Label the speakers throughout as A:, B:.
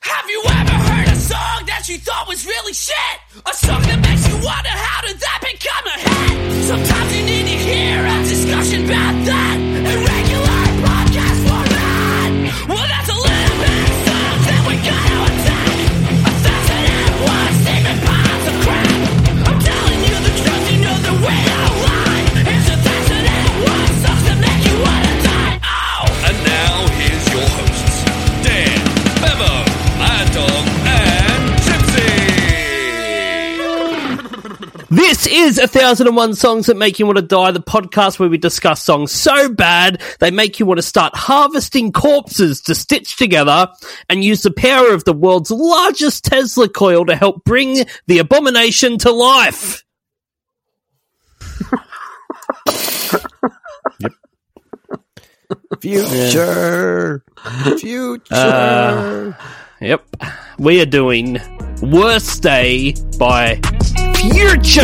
A: Have you ever heard a song that you thought was really shit? A song that makes you wonder how did that become a hit? Sometimes you need to hear a discussion about that. in regular podcast format. Well, that's a little bit of songs that we gotta attack. A thousand and one statement piles of crap. I'm telling you the truth, you know the way I lie. Here's a thousand and one songs that make you wanna die. Oh!
B: And now here's your hosts, Dan, Bevo, Mad Dog, and Gypsy.
C: This is a thousand and one songs that make you want to die. The podcast where we discuss songs so bad they make you want to start harvesting corpses to stitch together and use the power of the world's largest Tesla coil to help bring the abomination to life.
D: Future. Future.
C: Yep, we are doing "Worst Day" by Future.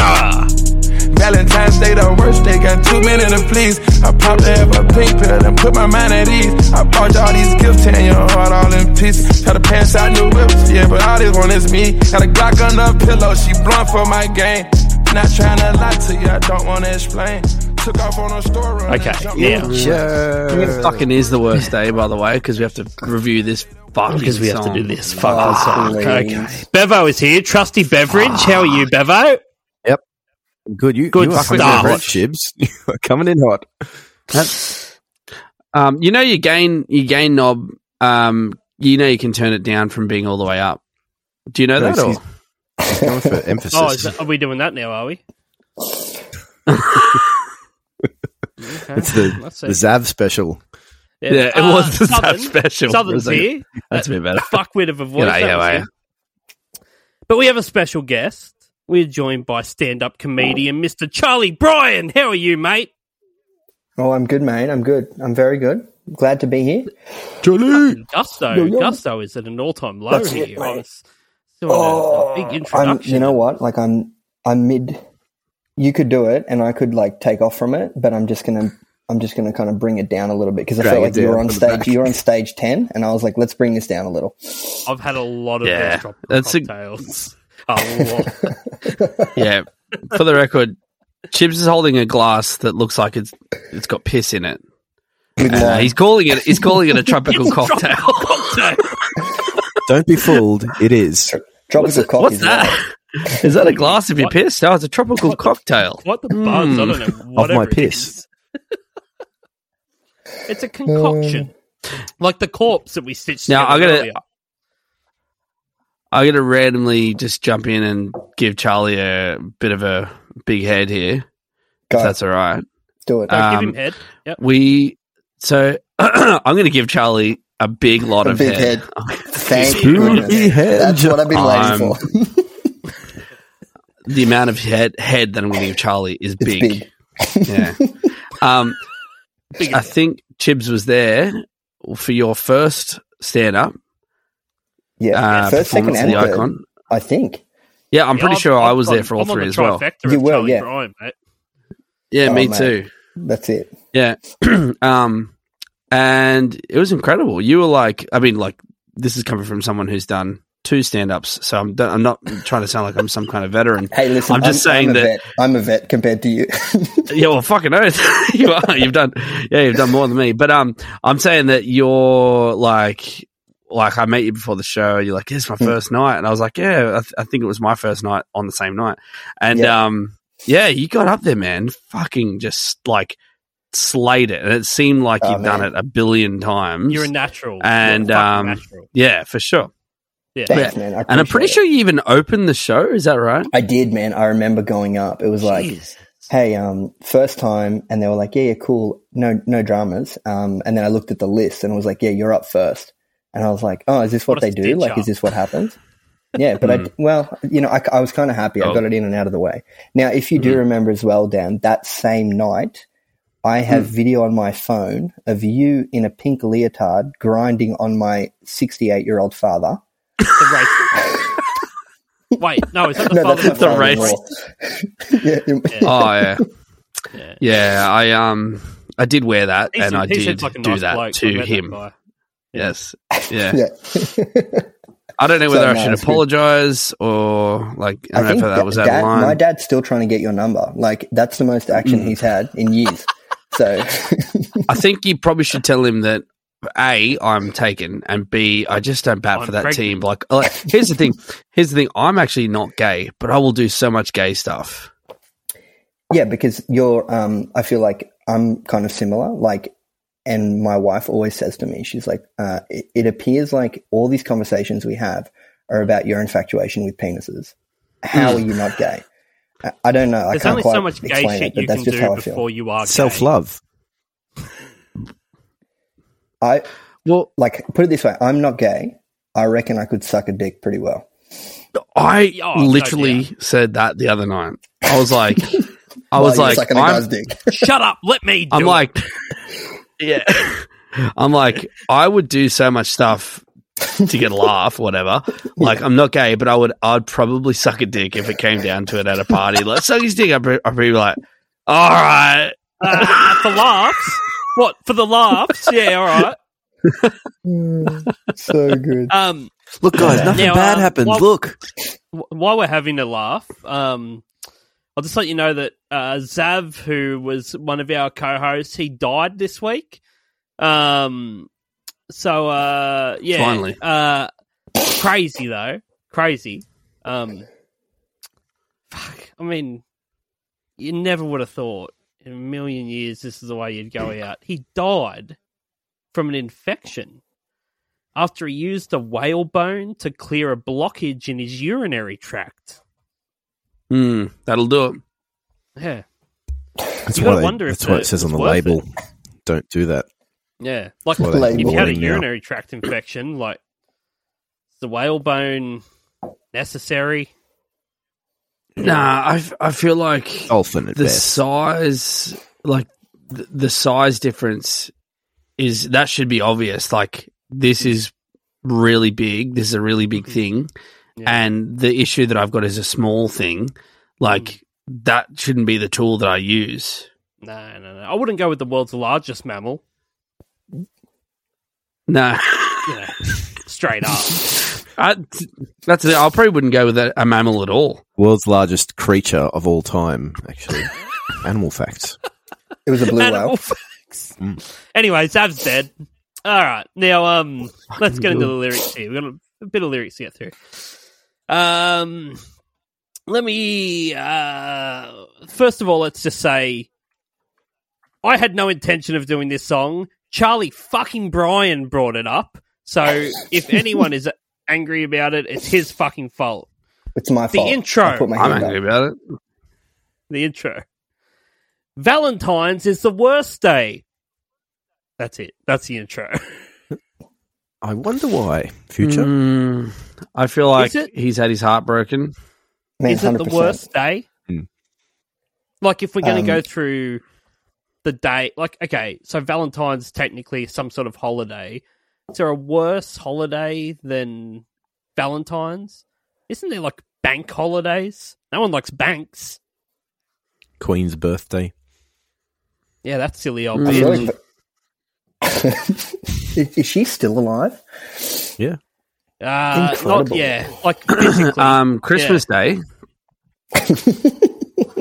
E: Valentine's Day, the worst day. Got two minutes to please. I popped to have a pink pill and put my mind at ease. I bought you all these gifts, tearing your heart all in pieces. Had to pass out new whips, yeah, but all this one is me. Got a Glock on the pillow, she blunt for my game. Not trying to lie to you, I don't want to explain. Took off on a story.
C: Okay, yeah,
D: Future.
F: It fucking is the worst day, by the way, because we have to review this fucking
C: because we have to
F: song.
C: do this. Fuck us up. Okay, Bevo is here. Trusty beverage. How are you, Bevo?
D: Good. You,
C: Good
D: you are coming in
C: stuff.
D: hot, Shibs. You are coming in hot.
F: Um, you know, your gain, your gain knob. Um, you know, you can turn it down from being all the way up. Do you know that?
D: Nice.
F: Or?
D: He's going for emphasis.
C: Oh, is that, are we doing that now? Are we? okay.
D: it's the,
C: That's
D: the
C: it.
D: Zav special.
F: Yeah, it
C: Uh,
F: was the
C: Southern-
F: South special.
C: Southern's
F: It was like-
C: here.
F: That's a bit better.
C: Fuckwit of a voice. that
F: G'day,
C: was
F: how are
C: it.
F: you?
C: But we have a special guest. We're joined by stand-up comedian Mr. Charlie Bryan. How are you, mate?
G: Oh, I'm good, mate. I'm good. I'm very good. Glad to be here.
D: Jolie.
C: Gusto, Gusto is at an all-time low
G: That's
C: here.
G: it,
C: I
G: mate.
C: was
G: Oh,
C: doing a- a, big
G: I'm,
C: introduction.
G: you know what? Like, I'm, I'm mid. You could do it, and I could like take off from it, but I'm just gonna, I'm just gonna kind of bring it down a little bit because I
D: Drag
G: felt
D: it
G: like you
D: down
G: were on
D: from the
G: stage,
D: back.
G: you were on stage ten, and I was like, let's bring this down a little.
C: I've had a lot of
F: Yeah,
C: those drop
F: that's a-
C: cocktails. A lot.
F: Yeah. For the record, Chips is holding a glass that looks like it's it's got piss in it.
G: With
F: And, uh,
G: lime.
F: he's calling it he's calling it a tropical cocktail.
D: Don't be fooled. It is.
G: tropical cock
F: What's
G: is right.
F: that? Is that a glass if you're pissed? Oh, it's a tropical cocktail.
C: What the buzz?
F: Hmm.
C: I don't know. Whatever it
D: piss.
C: is. it's a concoction. like the corpse that we stitched
F: Now,
C: together
F: I gotta-
C: earlier.
F: I'm going to randomly just jump in and give Charlie a bit of a big head here, if
G: Go,
F: that's all right.
G: do it.
F: uh,
C: Don't give
F: um,
C: him head. Yep.
F: We, so I'm going to give Charlie a big lot
G: A
F: of
G: big
F: head.
G: head. Thank you.
D: Spoon
G: goodness.
D: head.
G: That's what I've been waiting
F: Um,
G: for.
F: The amount of head, head that I'm going to give Charlie is
G: It's
F: big.
G: big.
F: Yeah. um, I think Chibs was there for your first stand up.
G: Yeah,
F: Uh,
G: first, second,
F: performance
G: and
F: of the
G: third.
F: icon.
G: I think.
F: Yeah, I'm
C: Yeah,
F: pretty
C: I've-
F: sure i
C: I've
F: was
C: got-
F: there for all
C: I'm on
F: three
C: the
F: as well.
C: trifecta of
G: You were,
C: Charlie
G: yeah.
C: Bryan, mate.
F: Yeah,
G: Oh,
F: me
G: mate.
F: too.
G: That's it.
F: Yeah. um, and it was incredible. You were like, I mean, like, this is coming from someone who's done two stand ups. So I'm, I'm not trying to sound like I'm some kind of veteran.
G: Hey, listen,
F: I'm just saying
G: I'm a
F: that-
G: vet. I'm a vet compared to you.
F: Yeah, well, fucking oath, you are. You've done, yeah, you've done more than me. But um, I'm saying that you're like, like I met you before the show. and You're like, "This is my
G: Hmm.
F: first night," and I was like, "Yeah, I, th- I think it was my first night on the same night." And
G: Yeah.
F: um, yeah, you got up there, man. Fucking just like slayed it, and it seemed like
G: Oh,
F: you've done
G: man.
F: it a billion times.
C: You're a natural. You're a
F: Mm. And,
C: fucking
F: um,
C: natural.
F: yeah, for sure.
C: Yeah.
G: Thanks, man. I
F: And I'm pretty
G: appreciate it.
F: sure you even opened the show. Is that right?
G: I did, man. I remember going up. It was like, hey, um, first time, and they were like, yeah, yeah, cool, no, no dramas. Um, and then I looked at the list and it was like, yeah, you're up first. And I was like, oh, is this what,
C: What a
G: they do?
C: stitch
G: Like,
C: up.
G: is this what happens? Yeah, but I, well, you know, I, I was kind of happy. I got it in and out of the way. Now, if you do remember as well, Dan, that same night, I have video on my phone of you in a pink leotard grinding on my 68 year old father.
C: The race. Wait, no, is that the
G: No,
C: father?
G: that's
C: of
F: the race.
G: father-in-law. yeah,
F: Oh yeah.
C: Yeah.
F: yeah, I um, I did wear that,
C: He
F: and
C: seemed-
F: I
C: he seemed
F: did
C: like a
F: do
C: nice
F: that
C: bloke. I
F: to
C: met
F: him.
C: guy.
F: Yes. Yeah.
G: yeah.
F: I don't know whether
G: So,
F: I
G: no,
F: should
G: it's good.
F: apologize or like I don't know if that
G: da-
F: was out
G: dad,
F: of line. Mm.
G: my dad's still trying to get your number. Like that's the most action he's had in years. So
F: I think you probably should tell him that A, I'm taken, and B, I just don't bat
C: I'm
F: for that
C: pregnant.
F: team. Like, uh, like, here's the thing. Here's the thing. I'm actually not gay, but I will do so much gay stuff.
G: yeah, because you're, um, I feel like I'm kind of similar. Like, and my wife always says to me, she's like, uh, it, it appears like all these conversations we have are about your infatuation with penises. How
F: Mm.
G: are you not gay? I- I don't know. I
C: There's
G: can't
C: only
G: quite
C: so much gay
G: explain
C: shit
G: it, but
C: you
G: that's
C: can
G: just how
C: do
G: I feel.
C: before you are gay.
D: Self love.
G: I
F: Well,
G: like put it this way: I'm not gay. I reckon I could suck a dick pretty well.
F: I
C: Oh, no
F: literally said that the other night. I was like, I was
G: While you're
F: like,
G: sucking a
F: I'm,
G: guy's dick.
C: Shut up. Let me. Do
F: I'm
C: it.
F: like, yeah, I'm like, I would do so much stuff to get a laugh, whatever. Like, I'm not gay, but I would, I'd probably suck a dick if it came down to it at a party. Like, suck his dick. I'd be, I'd be like, all right,
C: Uh, for laughs. What for the laughs? Yeah, all right.
G: so good.
C: Um,
D: Look, guys, nothing
C: Now,
D: bad
C: um,
D: happened.
C: what-
D: Look,
C: wh- while we're having a laugh, um, I'll just let you know that uh, Zav, who was one of our co-hosts, he died this week. Um, so uh, yeah,
F: Finally.
C: uh, crazy though, crazy. Um, fuck, I mean, you never would have thought in a million years this is the way you'd go out. He died from an infection after he used a whale bone to clear a blockage in his urinary tract.
F: Hmm, that'll do it.
C: Yeah,
D: that's
C: you
D: what,
C: gotta
D: I-
C: wonder if
D: that's what
C: the-
D: it says on
C: it's
D: the
C: worth
D: label. Don't do that.
C: yeah. Like
D: That's why
G: Like,
D: they
C: if you had a
D: warning now.
C: urinary tract infection, like is the whale bone necessary.
F: Nah, I, f- I feel like
D: dolphin at
F: the
D: best.
F: size, like the, the size difference is that should be obvious. Like this
C: Hmm.
F: is really big. This is a really big thing,
C: Yeah.
F: and the issue that I've got is a small thing. Like
C: Hmm.
F: that shouldn't be the tool that I use.
C: No, no, no. I wouldn't go with the world's largest mammal.
F: No,
C: You know, straight up.
F: I, that's it. I probably wouldn't go with a, a mammal at all.
D: World's largest creature of all time, actually. Animal facts.
G: It was a blue
C: Animal
G: whale.
C: facts. Anyway, Sav's dead. All right, now um, let's get into the lyrics here. We've got a, a bit of lyrics to get through. Um, let me uh, first of all, let's just say I had no intention of doing this song. Charlie fucking Bryan brought it up. So if anyone is angry about it, it's his fucking fault.
G: It's my
C: The
G: fault.
C: intro.
G: I put my
F: I'm
G: hand
F: angry
G: up.
F: about it.
C: the intro. Valentine's is the worst day. That's it. That's the intro.
D: I wonder why. Future?
F: Mm, I feel like
C: Is it-
F: he's had his heart broken.
G: Man,
C: is it the
G: 100%.
C: worst day?
D: Hmm.
C: Like if we're going to
G: Um,
C: go through the day, like okay, so Valentine's technically some sort of holiday. Is there a worse holiday than Valentine's? Isn't there like bank holidays? No one likes banks.
D: Queen's birthday.
C: Yeah, that's silly old.
G: I
C: bitch.
G: feel like- is, is she still alive?
D: Yeah.
C: Uh, not
G: Incredible.
C: yeah, like physically.
F: Um, Christmas Day.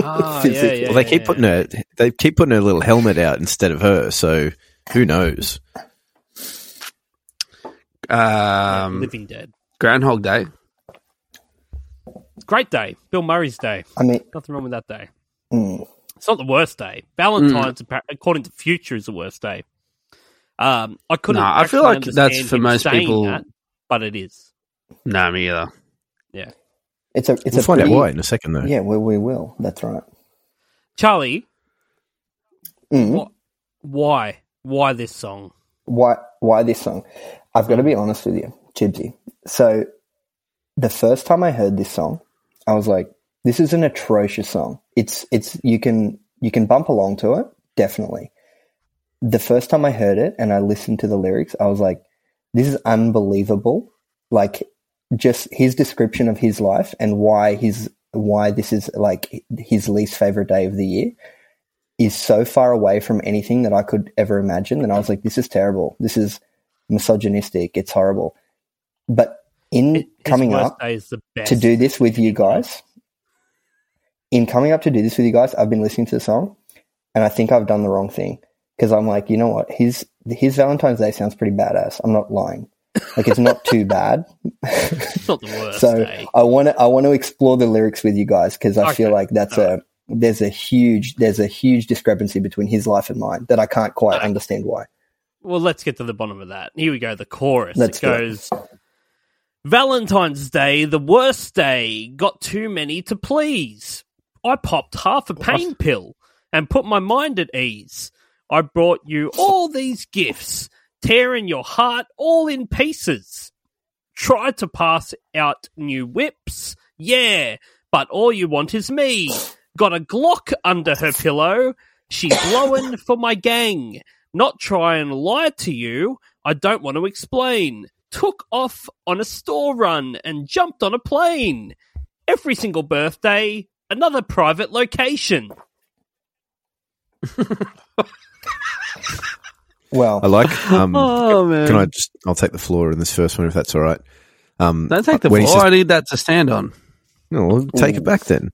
C: Ah, yeah, yeah,
D: well, they
C: yeah,
D: keep
C: yeah.
D: putting her. They keep putting her little helmet out instead of her. So who knows?
F: Um,
C: Living Dead.
F: Groundhog Day.
C: Great day. Bill Murray's day.
G: I mean, mm,
C: Nothing wrong with that day. It's not the worst day.
F: Mm.
C: Valentine's, appa- according to Future, is the worst day. Um, I couldn't.
F: Nah, I feel
C: actually
F: like that's
C: understand
F: for
C: him
F: most
C: saying
F: people-
C: that, but it is.
F: No, me either.
C: Yeah,
G: it's a it's
D: We'll
G: a
D: find out
G: pretty-
D: why in a second, though.
G: Yeah, we, we will. That's right.
C: Charlie.
G: Mm.
C: What? Why? Why this song?
G: why why this song? I've got to be honest with you, Chibsy. So the first time I heard this song, I was like, this is an atrocious song. It's it's you can you can bump along to it, definitely. The first time I heard it and I listened to the lyrics, I was like, this is unbelievable. Like just his description of his life and why his why this is like his least favorite day of the year is so far away from anything that I could ever imagine. And I was like, this is terrible. This is misogynistic. It's horrible. But in coming
C: His worst
G: up
C: day is the best.
G: to do this with you guys. In coming up to do this with you guys, I've been listening to the song, and I think I've done the wrong thing because I'm like, you know what? His his Valentine's Day sounds pretty badass. I'm not lying. Like it's not too bad.
C: It's not the worst
G: so
C: day.
G: I want to I want to explore the lyrics with you guys because I feel
C: Okay.
G: like that's a there's a huge there's a huge discrepancy between his life and mine that I can't quite understand why.
C: Well, let's get to the bottom of that. Here we go. The chorus.
G: Let's
C: it
G: do it.
C: goes. Valentine's Day, the worst day, got too many to please. I popped half a pain pill and put my mind at ease. I brought you all these gifts, tearing your heart all in pieces. Try to pass out new whips, yeah, but all you want is me. Got a Glock under her pillow. She blowing for my gang. Not try and lie to you. I don't want to explain. Took off on a store run and jumped on a plane. Every single birthday, another private location.
G: Well,
D: I like. Um,
F: Oh man!
D: Can I just? I'll take the floor in this first one if that's all right. Um,
F: Don't take the
D: when
F: floor.
D: he
F: I
D: says-
F: need that to stand on.
D: no, well, take it back then.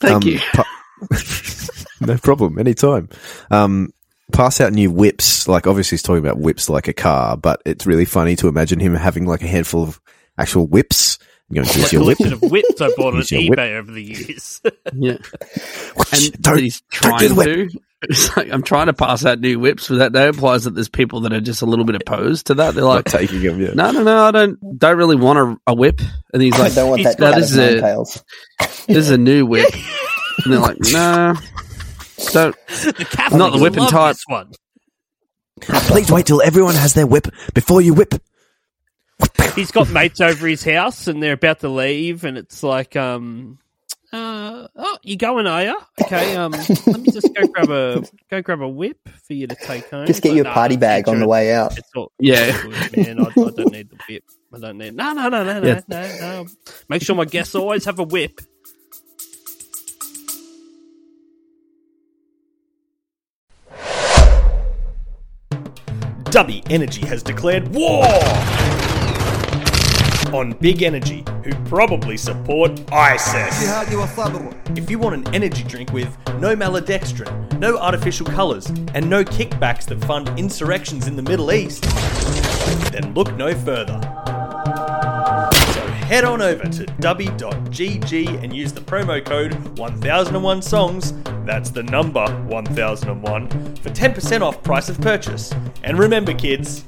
F: Thank
D: Um,
F: you.
D: pa- no problem. Anytime. Um, pass out new whips. Like obviously he's talking about whips like a car, but it's really funny to imagine him having like a handful of actual whips. You know, here's
C: Like
D: your whip.
C: collection of whips I bought on
D: Use your
C: eBay
D: whip.
C: over the years.
F: Yeah, and
D: Don't-
F: that he's
D: don't
F: trying
D: do the whip.
F: to. It's like I'm trying to pass out new whips, but that, that implies that there's people that are just a little bit opposed to that. They're
D: Not
F: like,
D: taking him. Yeah.
F: no, no, no, I don't, don't really want a, a whip. And he's
G: I
F: like,
G: don't want that
F: no,
G: cat
F: this
G: of
F: is
G: nine
F: a
G: tails.
F: this is a new whip. And they're like, no, don't.
C: the Catholics
F: Not the whip and
C: love
F: tie.
C: this one.
D: Please wait till everyone has their whip before you whip.
C: He's got mates over his house and they're about to leave, and it's like, um, uh, oh, you going, are you? Okay, um, let me just go grab a go grab a whip for you to take home.
G: Just get
C: But
G: you a
C: no,
G: party
C: it's
G: bag on the
C: insurance.
G: way out.
C: It's all,
F: Yeah.
C: it's all good, man. I, I don't need the whip. I don't need. No, no, no, no, no,
F: Yeah.
C: no, no. Make sure my guests always have a whip.
H: Dubby Energy has declared war on Big Energy, who probably support ISIS. If you want an energy drink with no malodextrin, no artificial colours, and no kickbacks that fund insurrections in the Middle East, then look no further. So head on over to dubby.gg and use the promo code 1001 songs, that's the number 1001, for 10% off price of purchase. And remember, kids,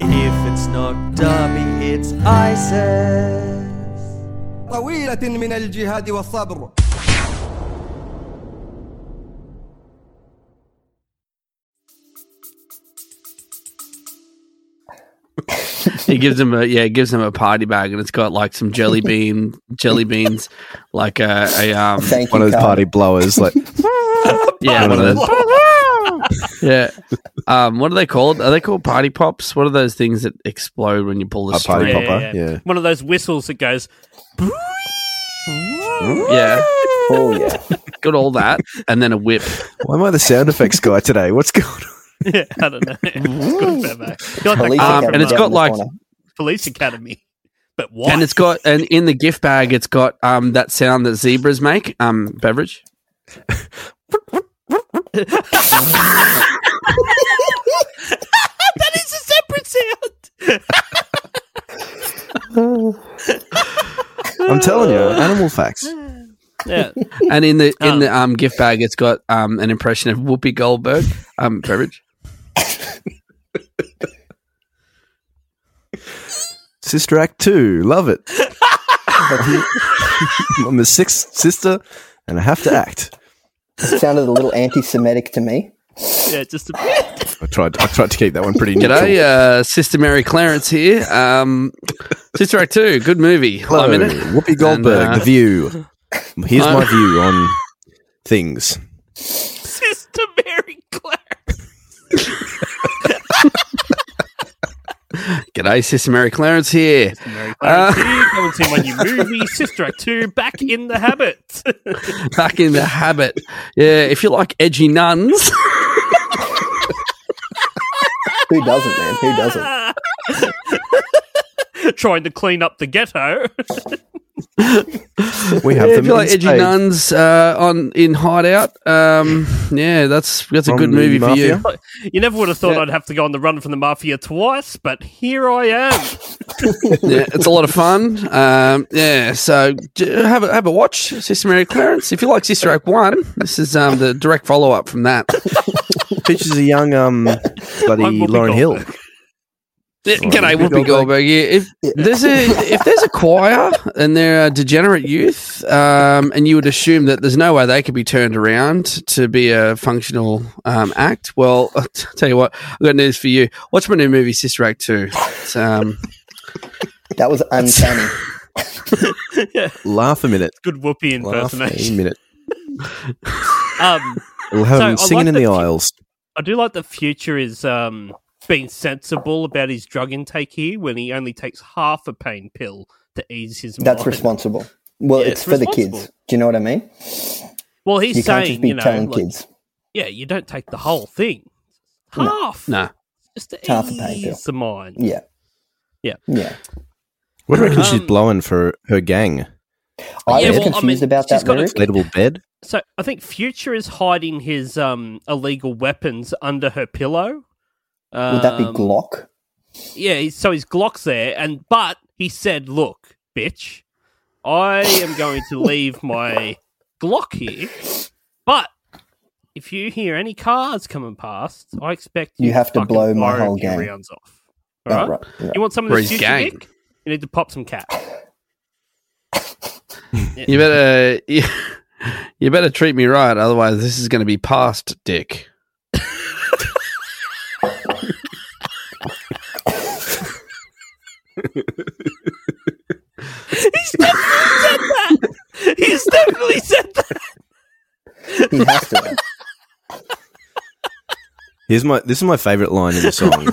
H: if it's not dubby, it's ISIS.
I: طويلة من الجهاد والصبر
F: He gives him a yeah, he gives him a party bag, and it's got like some jelly bean, jelly beans, like a, a um,
G: Thank
D: One
G: you,
D: of those
G: Carl.
D: party blowers. Like
F: yeah,
D: One
F: one
D: of
F: of those. yeah, um, what are they called? Are they called party pops? What are those things that explode when you pull the
D: A party
F: string?
D: pop. Popper, yeah.
C: One of those whistles that goes.
F: Yeah,
G: Oh yeah.
F: got all that, and then a whip.
D: Why am I the sound effects guy today? What's going on?
C: Yeah, I don't know. It's got a fair bag. Got that
G: Police
C: car
F: Um,
G: Academy
C: from,
F: and
C: uh,
F: it's
G: down
F: got
G: in the
F: like-
G: corner.
C: police academy, but why?
F: And it's got and in the gift bag it's got um that sound that zebras make, um beverage.
C: that is a separate sound.
D: I'm telling you, animal facts.
C: Yeah,
F: And in the
C: Oh.
F: in the um gift bag it's got um an impression of Whoopi Goldberg, um beverage.
D: Sister Act Two, love it. I'm the sixth sister, and I have to act.
G: It sounded a little anti-Semitic to me.
C: yeah, just a bit.
D: I tried. I tried to keep that one pretty. neutral.
F: G'day, uh, Sister Mary Clarence here. Um, Sister Act 2, good movie.
D: Hello,
F: uh, I'm in it.
D: Whoopi Goldberg.
F: And, uh,
D: the View. Here's my
F: I'm-
D: view on things.
C: Sister Mary Claire.
F: G'day, Sister Mary Clarence here.
C: Mary
F: Uh.
C: Claire, too. go and see my new movie, Sister Act Two. Back in the habit.
F: Back in the habit. Yeah, if you like edgy nuns.
G: Who doesn't, man? Who doesn't?
C: trying to clean up the ghetto.
D: We have
F: Yeah, if
D: them
F: you
D: in
F: like Edgy
D: spades.
F: Nuns uh, on in Hideout, um, yeah, that's that's a
D: From
F: good
D: the
F: movie for
D: Mafia?
F: you.
C: you never would have thought
F: Yeah.
C: I'd have to go on the run from the mafia twice, but here I am.
F: yeah, it's a lot of fun. Um, yeah, so j- have a have a watch, Sister Mary Clarence. If you like Sister Act One, this is um, the direct follow up from that.
D: Features a young um
C: I'm
D: bloody
C: Whoopi
D: Lauren Hill.
C: Goldberg.
F: Yeah, G'day,
D: Whoopi
F: Whoopi
D: Goldberg.
F: Goldberg. Yeah, if there's a if there's a choir and they're a degenerate youth, um, and you would assume that there's no way they could be turned around to be a functional um, act. Well, I'll t- tell you what, I've got news for you. Watch my new movie, Sister Act Two. It's, um,
G: That was uncanny.
D: Laugh a minute.
C: Good whoopee
D: Laugh a
C: impersonation.
D: minute.
C: Um,
D: We'll have
C: So, I
D: them singing
C: like
D: in
C: that
D: the
C: you-
D: aisles.
C: I do like the future is um, being sensible about his drug intake here when he only takes half a pain pill to ease his mind.
G: That's responsible. Well,
C: Yeah,
G: it's,
C: it's
G: for the
C: responsible.
G: kids. Do you know what I mean?
C: Well, he's
G: you can't just
C: saying,
G: be
C: you know,
G: telling
C: like,
G: kids.
C: yeah, you don't take the whole thing. Half.
F: no,
C: Just to
G: Half a
C: ease
G: pain pill.
C: the mind.
G: Yeah.
C: Yeah.
G: Yeah.
D: What do you reckon she's
C: Um,
D: blowing for her gang?
G: I
C: Yeah,
G: was
C: well, I mean,
G: confused about
C: she's
G: that
C: got a-
G: lyric.
D: Inflatable bed?
C: So I think Future is hiding his um, illegal weapons under her pillow.
G: Would that be
C: Um,
G: Glock?
C: Yeah, he's- so his Glock's there, and but he said, "Look, bitch, I am going to leave my Glock here, but if you hear any cars coming past, I expect you,
G: You have to
C: fucking
G: blow my
C: fire a
G: whole
C: few
G: gang."
C: rounds off.
G: Oh,
C: All right?
G: right, right.
C: You want some of
F: For
C: this
F: his
C: future
F: gang.
C: dick? You need to pop some cap.
F: you better you, you better treat me right, otherwise this is going to be past Dick.
C: He's definitely said that. He's definitely said that.
G: He has to. have.
D: Here's my this is my favourite line in the song.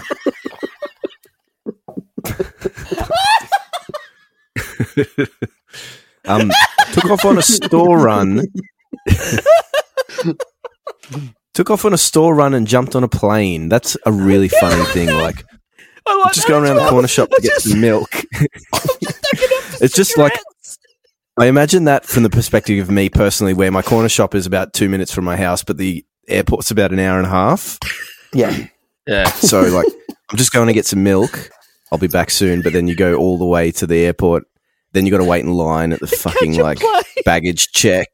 D: um, took off on a store run. took off on a store run and jumped on a plane. That's a really funny thing. Like
C: I like
D: just
C: that
D: going
C: as
D: around the
C: well.
D: corner shop
C: I
D: to get
C: just-
D: some milk. It's just like
C: cigarettes.
D: I imagine that from the perspective of me personally, where my corner shop is about two minutes from my house, but the airport's about an hour and a half.
G: Yeah.
F: Yeah,
D: So like, I'm just going to get some milk. I'll be back soon. But then you go all the way to the airport. Then you got to wait in line at the fucking like baggage check.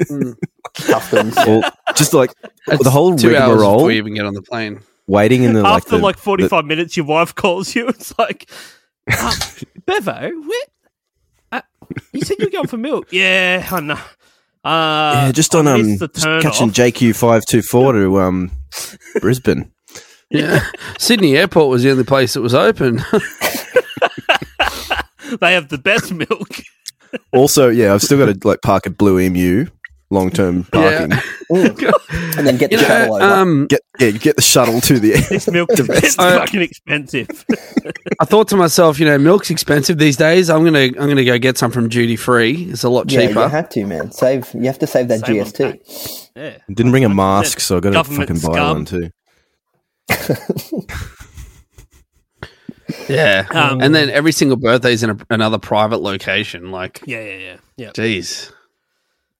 G: Customs.
D: All, just like
F: It's
D: the whole
F: two hours
D: rigmarole,
F: before you even get on the plane.
D: waiting in the like
C: After
D: the,
C: like 45 minutes, your wife calls you. It's like, "Uh, Bevo, where? Uh, you said you were going for milk. Yeah, I know. Uh,
D: yeah, just on
C: I
D: um
C: missed the
D: just
C: turn
D: catching
C: off.
D: JQ five two four to um Brisbane.
F: Yeah, Sydney Airport was the only place that was open.
C: they have the best milk.
D: Also, yeah, I've still got to like park at Blue Emu, long term parking.
G: And then get
F: You
G: the
F: know,
G: shuttle over.
F: um,
D: Get yeah, you get the shuttle to the air.
C: This milk is it's
F: I-
C: fucking expensive.
F: I thought to myself, you know, milk's expensive these days. I'm gonna I'm gonna go get some from duty free. It's a lot
G: yeah,
F: cheaper.
G: you had to, man. Save. You have to save that
C: Save on
G: GST.
C: Yeah.
D: Didn't bring a mask, so I got to
C: Government
D: fucking buy
C: scum.
D: one too.
F: yeah,
C: Um,
F: and then every single birthday's in a, another private location. Like,
C: Yeah, yeah, yeah. yeah.
F: jeez,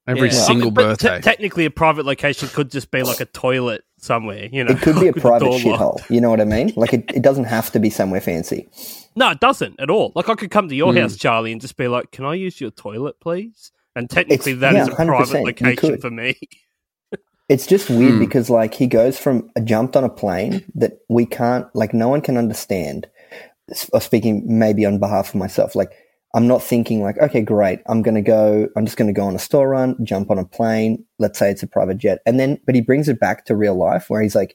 F: every
C: Yeah.
F: single
C: Um, but te-
F: birthday.
C: technically, a private location could just be like a toilet somewhere. You know,
G: It could be a
C: with the
G: private
C: door locked.
G: shithole. You know what I mean? Like it, it doesn't have to be somewhere fancy.
C: No, it doesn't at all. Like I could come to
D: Hmm.
C: your house, Charlie, and just be like, "Can I use your toilet, please?" And technically,
G: It's-
C: that
G: yeah,
C: is a
G: 100%,
C: private
G: you
C: location
G: could.
C: for me.
G: It's just weird because like he goes from a jumped on a plane that we can't like no one can understand. S- uh, Speaking maybe on behalf of myself, like I'm not thinking like okay, great, I'm gonna go. I'm just gonna go on a store run, jump on a plane. Let's say it's a private jet, and then but he brings it back to real life where he's like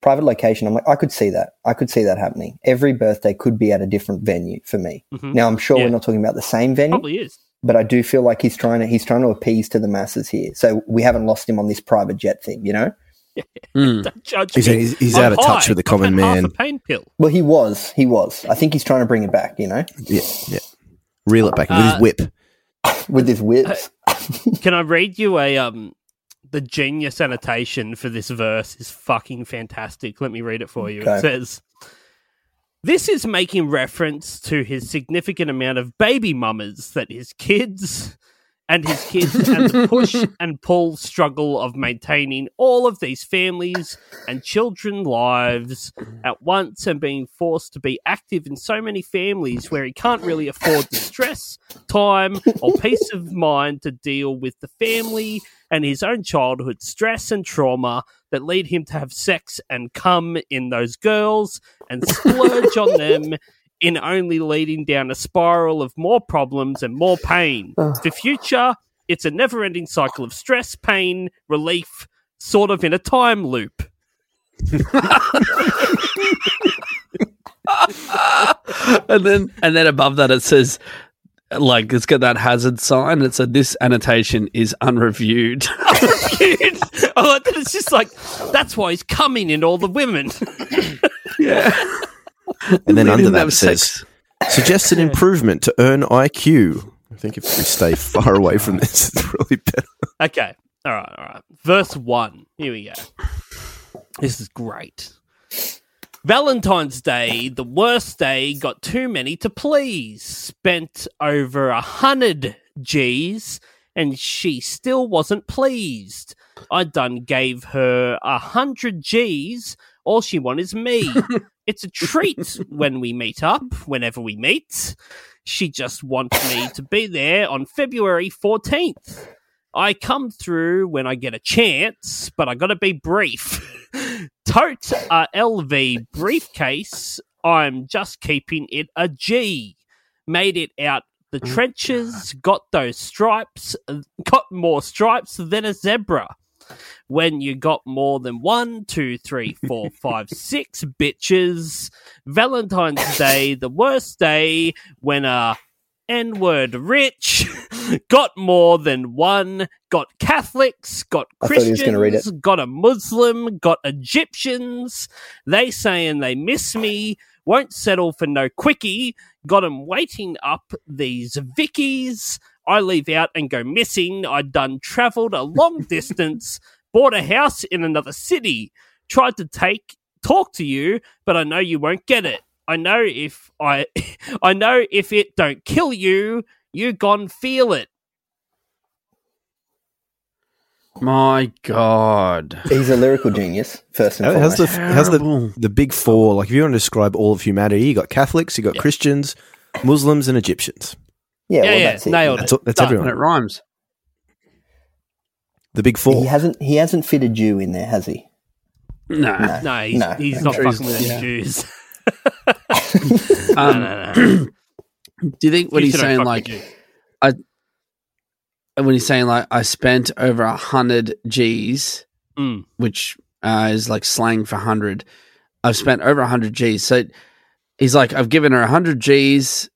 G: private location. I'm like I could see that. I could see that happening. Every birthday could be at a different venue for me. Now I'm sure
C: Yeah.
G: we're not talking about the same venue
C: Probably is.
G: but I do feel like he's trying to he's trying to appease to the masses here. So we haven't lost him on this private jet thing, you know.
C: Don't judge
D: He's-
C: me.
D: he's- he's
C: I'm
D: out of touch
C: high.
D: with the
C: I've
D: common
C: had half
D: man.
C: a pain pill.
G: Well, he was, he was. I think he's trying to bring it back, you know,
D: Yeah, yeah. Reel it back in
C: Uh,
D: with his whip.
G: with his whips.
C: Can I read you a um? The genius annotation for this verse is fucking fantastic. Let me read it for you.
G: Okay.
C: It says, This is making reference to his significant amount of baby mummers that his kids and his kids and the push and pull struggle of maintaining all of these families and children lives at once and being forced to be active in so many families where he can't really afford the stress, time, or peace of mind to deal with the family and his own childhood stress and trauma that lead him to have sex and come in those girls and splurge on them in only leading down a spiral of more problems and more pain. The future, it's a never ending cycle of stress, pain, relief, sort of in a time loop.
F: and then and then above that it says like it's got that hazard sign. It said this annotation is unreviewed.
C: oh, and then it's just like, that's why he's coming in all the women.
D: And then
F: They
D: under
F: didn't
D: that
F: have
D: it says, suggests an improvement to earn IQ. I think if we stay far away from this, it's probably better.
C: Okay. All right. All right. Verse one. Here we go. This is great. Valentine's Day, the worst day, got too many to please. Spent over a hundred G's, and she still wasn't pleased. I done gave her a hundred G's. All she want is me. it's a treat when we meet up, whenever we meet. She just wants me to be there on February 14th. I come through when I get a chance, but I gotta be brief. Tote a LV briefcase. I'm just keeping it a G. Made it out the trenches, got those stripes, got more stripes than a zebra. When you got more than one, two, three, four, five, six bitches, Valentine's Day, the worst day when a N word rich, got more than one, got Catholics, got
G: I thought he was
C: Christians,
G: gonna read it.
C: got a Muslim, got Egyptians. They saying they miss me, won't settle for no quickie, got 'em waiting up these Vickies. I leave out and go missing. I done traveled a long distance, bought a house in another city, tried to take talk to you, but I know you won't get it. I know if I I know if it don't kill you, you gone feel it.
F: My God.
G: He's a lyrical genius, first
F: Oh,
G: and
D: How's
G: foremost.
D: the how's
F: Terrible.
D: the the big four? Like, if you want to describe all of humanity, you got Catholics, you got Christians, Muslims, and Egyptians.
G: yeah,
C: Yeah,
G: well,
C: yeah,
G: that's it.
C: nailed
D: That's
C: it.
D: all- that's
C: Done.
F: And it
D: everyone.
F: rhymes.
D: The big
G: He
D: four.
G: hasn't he hasn't fit a Jew in there, has he?
F: No.
C: No, he's,
G: No.
C: he's not
F: Jews,
C: fucking with
F: yeah.
C: any Jews.
F: Um,
C: no,
F: Do you think when
C: You
F: he's
C: shouldn't
F: saying
C: fuck
F: like
C: with
F: and when he's saying like I spent over a hundred G's,
C: Mm.
F: which uh, is like slang for hundred. I've spent over a hundred G's. So he's like, I've given her a hundred G's,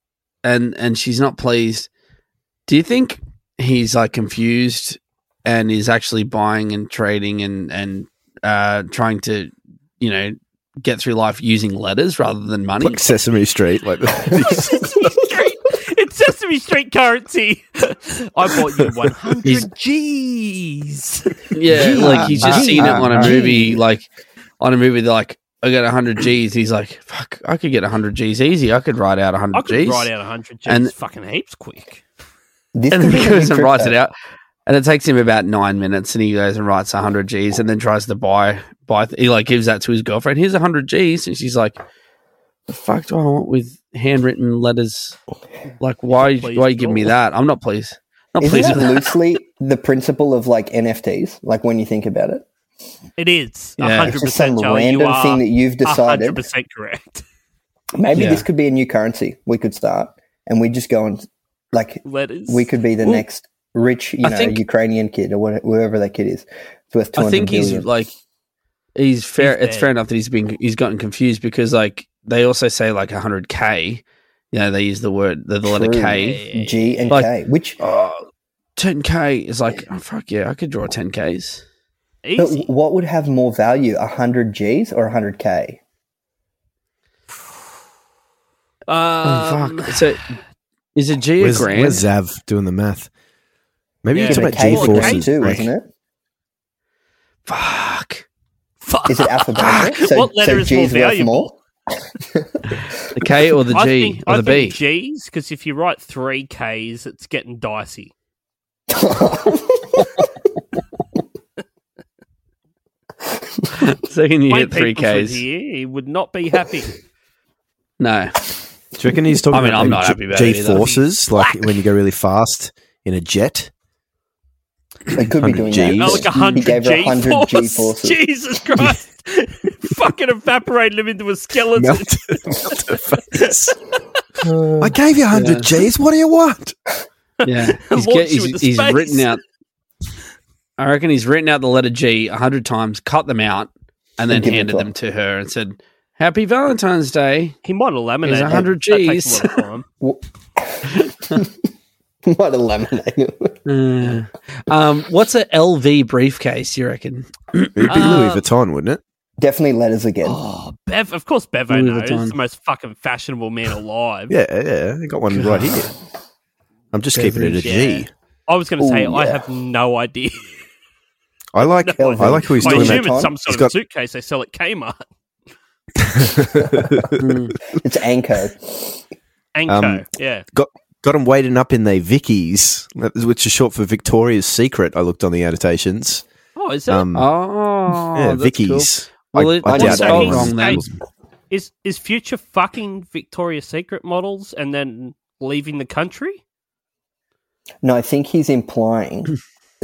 F: and and she's not pleased. Do you think he's like confused and is actually buying and trading and and uh, trying to you know get through life using letters rather than money?
D: Like Sesame Street, like
C: Street. It's Sesame Street currency. I bought you 100 G's.
F: Yeah, like he's just
D: Ah,
F: seen
D: ah,
F: it on a
D: ah.
F: movie, like on a movie. They're like, I got hundred G's. He's like, fuck, I could get hundred G's easy. I could write out
C: I
F: hundred
C: could
F: G's.
C: write out 100 G's
F: And-
C: fucking heaps quick.
G: This
F: and then
G: could be
F: he
G: a
F: goes
G: new
F: and writes it
G: crypto.
F: out, and it takes him about nine minutes. And he goes and writes hundred G's, and then tries to buy buy. He like gives that to his girlfriend. Here's hundred G's, and she's like, the fuck do I want with handwritten letters? Like, why
C: Oh, Please
F: why you give me
C: don't.
F: that? I'm not pleased. Not
G: Isn't
F: pleased
G: that
F: with that.
G: loosely the principle of like NFTs? Like when you think about it,
C: It is.
F: Yeah.
G: it's just some
C: 100% Charlie, you
G: random
C: are
G: thing that you've decided.
C: 100% correct.
G: Maybe
F: Yeah.
G: this could be a new currency we could start, and we just go and like
C: Letters.
G: we could be the
F: Well,
G: next rich, you
F: I
G: know,
F: think-
G: Ukrainian kid or wha- whoever that kid is. It's worth two
F: I
G: hundred
F: think he's like he's fair.
C: He's
F: it's
C: dead.
F: fair enough that he's been he's gotten confused because like they also say like hundred k. You know they use the word the, the letter
G: True.
F: k.
G: G and
F: like- oh,
G: K, which
F: Ten k is like oh, fuck yeah, I could draw ten ks.
G: but
C: Easy.
G: what would have more value, hundred G's or hundred K?
C: Um,
F: oh, fuck. So is it G a
D: where's,
F: grand?
D: where's Zav doing the math? Maybe
C: Yeah.
D: you can
C: Give
D: talk
C: it
D: about G
C: K for K
D: forces.
G: too,
D: Rick.
G: isn't it?
F: Fuck.
C: fuck.
G: Is it alphabetical?
C: What letter is more valuable?
F: The K or the
C: I
F: G
C: think,
F: or
C: I
F: the B?
C: think G's because if you write three K's, it's getting dicey.
F: so can you
C: White
F: hit three
C: people should
F: Ks?
C: hear, He would not be happy.
F: No.
D: Do you reckon he's talking
F: I mean,
D: about
F: I'm
D: maybe
F: not
D: G-
F: happy about it either.
D: G-forces, like when you go really fast in a jet?
G: They could be
D: 100
G: doing
D: Gs.
G: that.
C: Oh, like a
G: He
C: hundred
G: gave her
C: G,
G: a hundred G
C: force.
G: forces.
C: Jesus Christ! Fucking evaporated him into a skeleton.
D: Melt, melt her face.
F: Uh,
D: I gave you 100 Gs. What do you want?
F: Yeah.
C: Launch
F: He's, get,
C: you
F: he's,
C: into
F: he's
C: space.
F: written out. I reckon he's written out the letter G a hundred times, cut them out, and then
G: give it
F: handed
G: to
F: them
G: her.
F: to her and said, "Happy Valentine's Day."
C: He might have laminated.
F: Here's a
C: it.
F: hundred
C: That takes
F: Gs.
C: a lot of time.
G: What a lemonade.
F: Uh, um, what's a LV briefcase? You reckon?
D: It'd be
F: Uh,
D: Louis Vuitton, wouldn't it?
G: Definitely letters again.
C: Oh, Bev, of course Bevo
F: Louis
C: knows.
F: Vuitton.
C: He's the most fucking fashionable man alive.
D: Yeah, yeah. I got one right here. I'm just keeping it a G.
C: Yeah. I was going to say
G: Ooh,
C: I
G: yeah.
C: have no idea.
D: I like
G: No.
D: I like who he's
C: I
G: doing
D: talking
G: that
C: assume
D: about.
C: it's
G: time?
C: some sort
D: He's
C: of
D: got-
C: suitcase they sell at Kmart.
G: It's anchored.
C: Anko, yeah.
D: Got got him waiting up in their Vickies, which is short for Victoria's Secret. I looked on the annotations.
C: Oh, is that
D: Um,
F: Oh,
D: yeah,
F: that's cool.
D: Vickies.
F: Well, it-
D: I, I
G: what's
D: doubt
G: that
D: anyone-
G: mean?
F: wrong then.
C: is is future fucking Victoria's Secret models and then leaving the country?
G: No, I think he's implying
C: Hmm.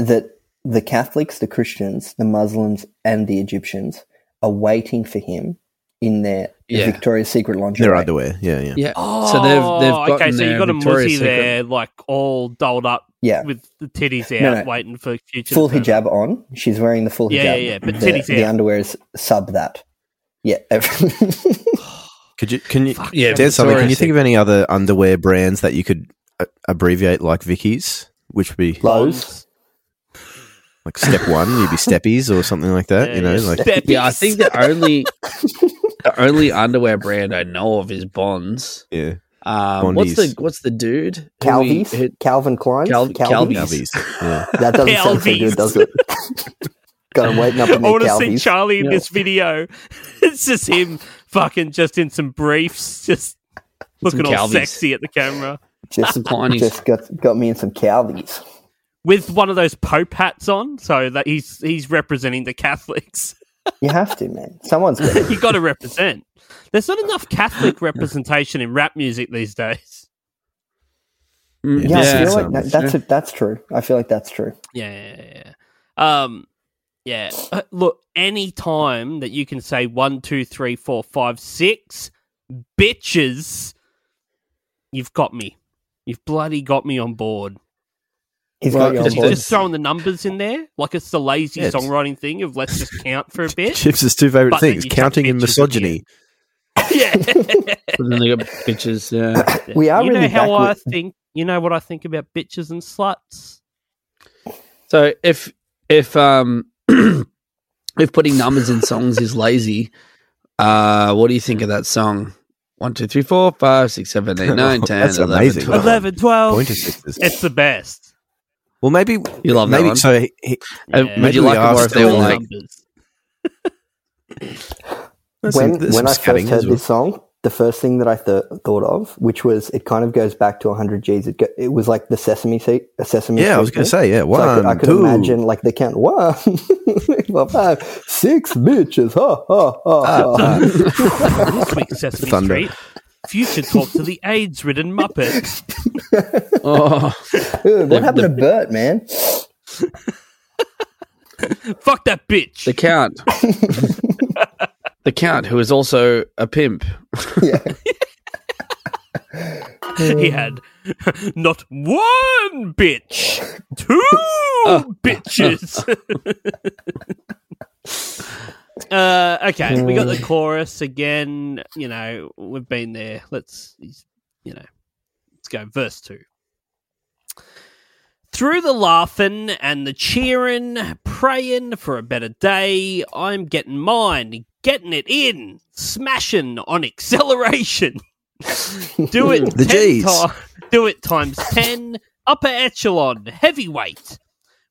G: that the Catholics, the Christians, the Muslims, and the Egyptians are waiting for him in their
F: Yeah.
G: Victoria's Secret lingerie.
D: Their underwear. Yeah, yeah.
F: Yeah.
C: Oh,
F: so they've they've gotten
C: okay. So
F: their
C: you got a
F: Victoria's
C: muzzy
F: Secret-
C: there, like all dolled up
G: Yeah.
C: with the titties out,
G: No, no.
C: waiting for future.
G: full
C: to turn up.
G: hijab on. She's wearing the full
C: Yeah,
G: hijab.
C: yeah, yeah, but
G: the,
C: titties
G: the
C: out.
G: underwear is sub that. Yeah.
D: Could you can you
F: Yeah,
D: Dan Sully, Can you
F: Victoria's
D: think of any other underwear brands that you could uh, abbreviate like Vickies, which would be
G: Lows.
D: like step one, you'd be steppies or something like that. you know,
C: Yeah,
D: like
C: steppies.
F: Yeah, I think the only the only underwear brand I know of is Bonds.
D: yeah,
F: Um, what's
D: Bondies.
F: the what's the dude? who we-
G: Calvies.
F: who-
G: Calvin Klein.
F: Cal- Calvies.
D: Calvies. Yeah.
G: That doesn't sound so
C: Calvies.
G: good, does it? Got him waiting up in
C: I
G: their
C: want to see
G: Calvies.
C: Charlie in
G: Yeah.
C: this video. It's just him fucking just in some briefs, just looking all
F: Calvies.
C: sexy at the camera
G: just,
F: Some Kleinies.
G: just got, got me in some Calvies.
C: with one of those pope hats on, so that he's he's representing the Catholics.
G: You have to, man. Someone's got to.
C: you got to represent. There's not enough Catholic representation in rap music these days.
F: Mm,
G: Yeah, I
D: Yeah.
G: feel like that, that's,
F: Yeah.
G: that's true. I feel like that's true.
C: Yeah, yeah, yeah. Um, yeah. Uh, Look, any time that you can say one, two, three, four, five, six, bitches, you've got me. You've bloody got me on board.
G: He's
F: Well,
G: got you
F: because
G: on
C: Just,
F: you
G: board.
C: just throwing the numbers in there, like it's the lazy
D: Yeah, it's-
C: songwriting thing of let's just count for a bit.
D: Chips' two favorite
C: But then
D: things:
C: you chuck
D: counting and
C: bitches in the
D: misogyny.
C: yeah.
F: But then they got bitches. Yeah.
G: We are
C: you know
G: really
C: how I
G: backward.
C: think. You know what I think about bitches and sluts.
F: So if if um if putting numbers in songs is lazy, uh, what do you think of that song? One, two, three, four, five, six, seven, eight, nine, ten,
D: That's
F: 11,
D: amazing.
F: 12.
C: 11, 12.
D: Pointer sisters.
C: Oh, It's the best.
D: Well, maybe
F: You love that
D: maybe
F: one.
D: so. He, he,
F: Uh,
C: Yeah.
F: Would you like it more if they were
D: Still
F: like?
C: Numbers.
D: there's
G: When,
D: some- there's some
G: when I
D: scatting
G: first heard
D: as well.
G: this song, the first thing that I th- thought of, which was it kind of goes back to 100 G's. It, go, it was like the Sesame Seat. A Sesame
D: yeah, I
G: Street
D: was going
G: thing.
D: to say yeah.
G: So
D: One,
G: I could, I could
D: two.
G: imagine like they count one, well, five, six bitches. Ha ha ha. ha.
C: This week's Sesame
D: Thunder.
C: Street. Future talk to the AIDS-ridden Muppet.
F: Oh,
G: Dude, what happened to Bert, man?
C: Fuck that bitch.
F: the count. the count, who is also a pimp.
C: he had not one bitch, two
F: Uh.
C: bitches. uh, okay, we got
D: Hmm.
C: the chorus again. You know, we've been there. Let's, you know, let's go. Verse two. Through the laughing and the cheering, praying for a better day, I'm getting mine, getting it in, smashing on acceleration. Do it
D: The
C: 10
D: Gs.
C: ti- do it times 10, upper echelon, heavyweight.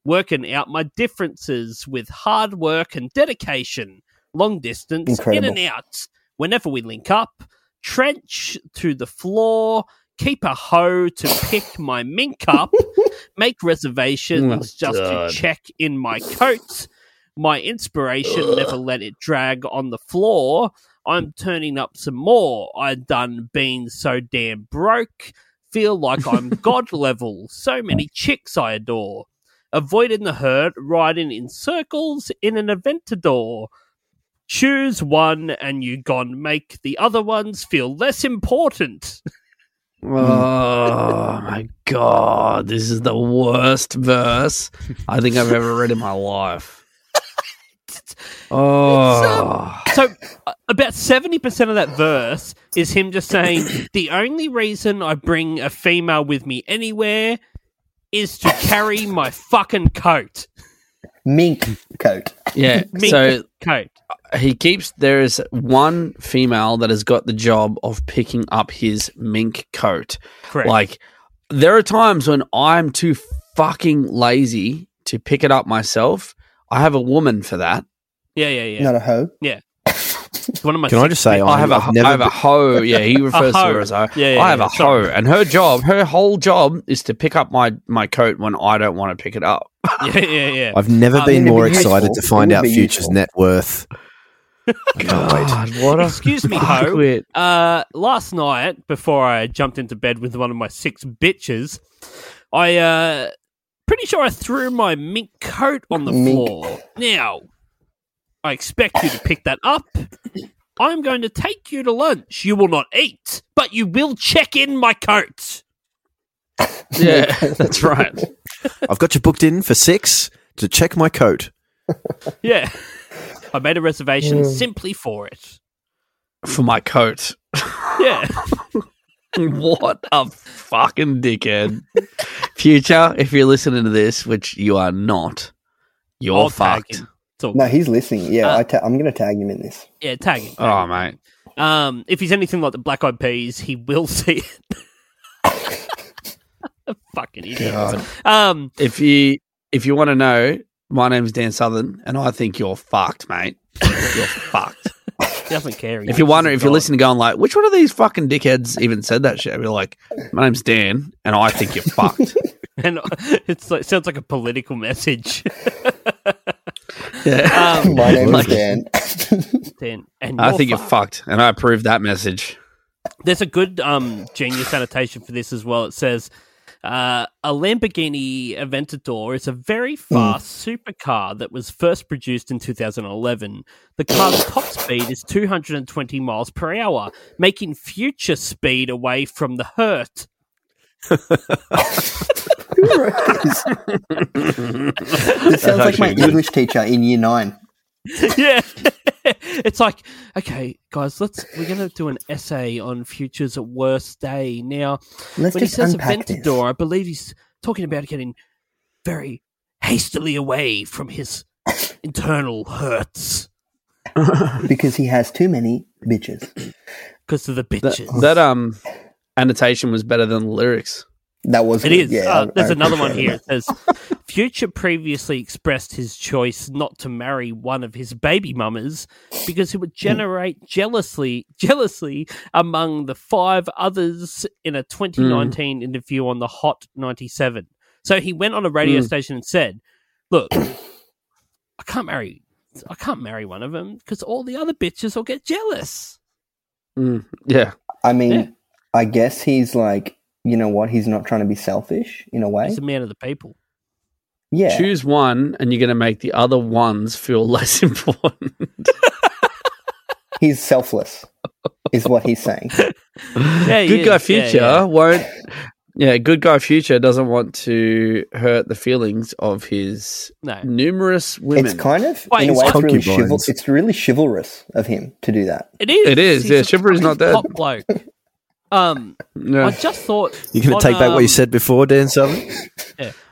C: Working out my differences with hard work and dedication, long distance,
G: Incredible.
C: in and out, whenever we link up. Trench to the floor. Keep a hoe to pick my mink up. Make reservations just
F: God.
C: to check in my coat. My inspiration never let it drag on the floor. I'm turning up some more. I done been so damn broke. Feel like I'm god level. So many chicks I adore. Avoiding the herd, riding in circles in an Aventador. Choose one and you gone make the other ones feel less important.
D: Hmm.
F: Oh my god, this is the worst verse I think I've ever read in my life. Oh,
C: So, uh, about 70% of that verse is him just saying, The only reason I bring a female with me anywhere is to carry my fucking coat.
G: Mink coat.
F: yeah.
C: Mink
F: So
C: coat.
F: he keeps. There is one female that has got the job of picking up his mink coat.
C: Correct.
F: Like, there are times when I'm too fucking lazy to pick it up myself. I have a woman for that.
C: yeah, yeah, yeah.
G: Not a hoe.
C: It's one of my
D: Can I just say
F: I have a
D: I've
F: ho- I have a hoe. Yeah, he refers to her
C: hoe.
F: as a hoe.
C: Yeah, yeah,
F: I have
C: yeah,
F: a
C: sorry.
F: hoe, and her job, her whole job, is to pick up my my coat when I don't want to pick it up.
C: Yeah, yeah, yeah.
D: I've never
C: Um,
D: been
G: it'd
D: more
G: be
D: excited
G: useful.
D: to find
G: It would
D: out
G: be
D: Future's
G: useful.
D: net worth.
F: God, what a
C: Excuse me, hoe.
F: fuckwit.
C: Uh, last night, before I jumped into bed with one of my six bitches, I uh, pretty sure I threw my mink coat on the
G: Mink.
C: floor. Now, I expect you to pick that up. I'm going to take you to lunch. You will not eat, but you will check in my coat.
F: Yeah, that's right.
D: I've got you booked in for six to check my coat.
C: Yeah, I made a reservation simply for it.
F: For my coat.
C: Yeah,
F: What a fucking dickhead. Future, if you're listening to this, which you are not, you're
C: I'll tag
F: fucked.
C: him. It's all
G: No, he's listening. Yeah,
C: Uh,
G: I ta- I'm going to tag him in this.
C: yeah, tag him.
F: Oh, mate.
C: Um, if he's anything like the Black Eyed Peas, he will see it. Fucking idiot.
F: God.
C: Um,
F: If you if you want to know, my name's Dan Southern, and I think you're fucked, mate. You're fucked.
C: he doesn't care.
F: If you're wondering, if you're listening, going like, which one of these fucking dickheads even said that shit? We're like, my name's Dan, and I think you're fucked.
C: and it's like, sounds like a political message.
F: Yeah.
C: Um,
G: My name
F: Like-
G: is Dan.
C: then, and
F: I
C: you're
F: think you're
C: fucked.
F: fucked, and I approve that message.
C: There's a good um, genius annotation for this as well. It says uh, a Lamborghini Aventador is a very fast supercar that was first produced in 2011. The car's top speed is 220 miles per hour, making future speed away from the hurt.
G: It sounds like my
F: actually good.
G: English teacher in year nine.
C: yeah. it's like, okay, guys, let's we're gonna do an essay on futures at worst day. Now
G: Let's
C: when he
G: just
C: says
G: unpack this.
C: Aventador, I believe he's talking about getting very hastily away from his internal hurts
G: because he has too many bitches.
C: because of the
F: That,
C: bitches.
F: that um annotation was better than the lyrics.
G: That was
C: It
G: good.
C: is.
G: Yeah,
C: uh,
G: I-
C: there's
G: I
C: another one
G: appreciate
C: here.
G: that.
C: It says, Future previously expressed his choice not to marry one of his baby mamas because it would
G: Hmm.
C: generate jealously, jealousy among the five others in
G: Hmm.
C: a 2019 interview on the Hot 97. So he went on a
G: Hmm.
C: radio station and said, "Look, I can't marry, I can't marry one of them because all the other bitches will get jealous."
F: Mm, yeah.
G: I mean,
C: Yeah.
G: I guess he's like, you know what? He's not trying to be selfish in a way.
C: He's a man of the people.
G: Yeah.
F: Choose one, and you're going to make the other ones feel less important.
G: He's selfless, is what he's saying.
C: Yeah, he
F: good
C: is.
F: guy
C: Yeah,
F: future
C: yeah.
F: won't. Yeah, good guy future doesn't want to hurt the feelings of his
C: No.
F: numerous women.
G: It's kind of,
C: Wait,
G: in a way, it's really, chival-
D: Concubines.
G: it's really chivalrous of him to do that.
C: It is.
F: It is,
C: He's
F: yeah,
C: a
F: Shivery's not
C: fucking
F: dead.
C: Top bloke. Um,
F: Yeah.
C: I just thought
D: You're going
C: on,
D: to take back what you
C: um,
D: said before, Dan Southern?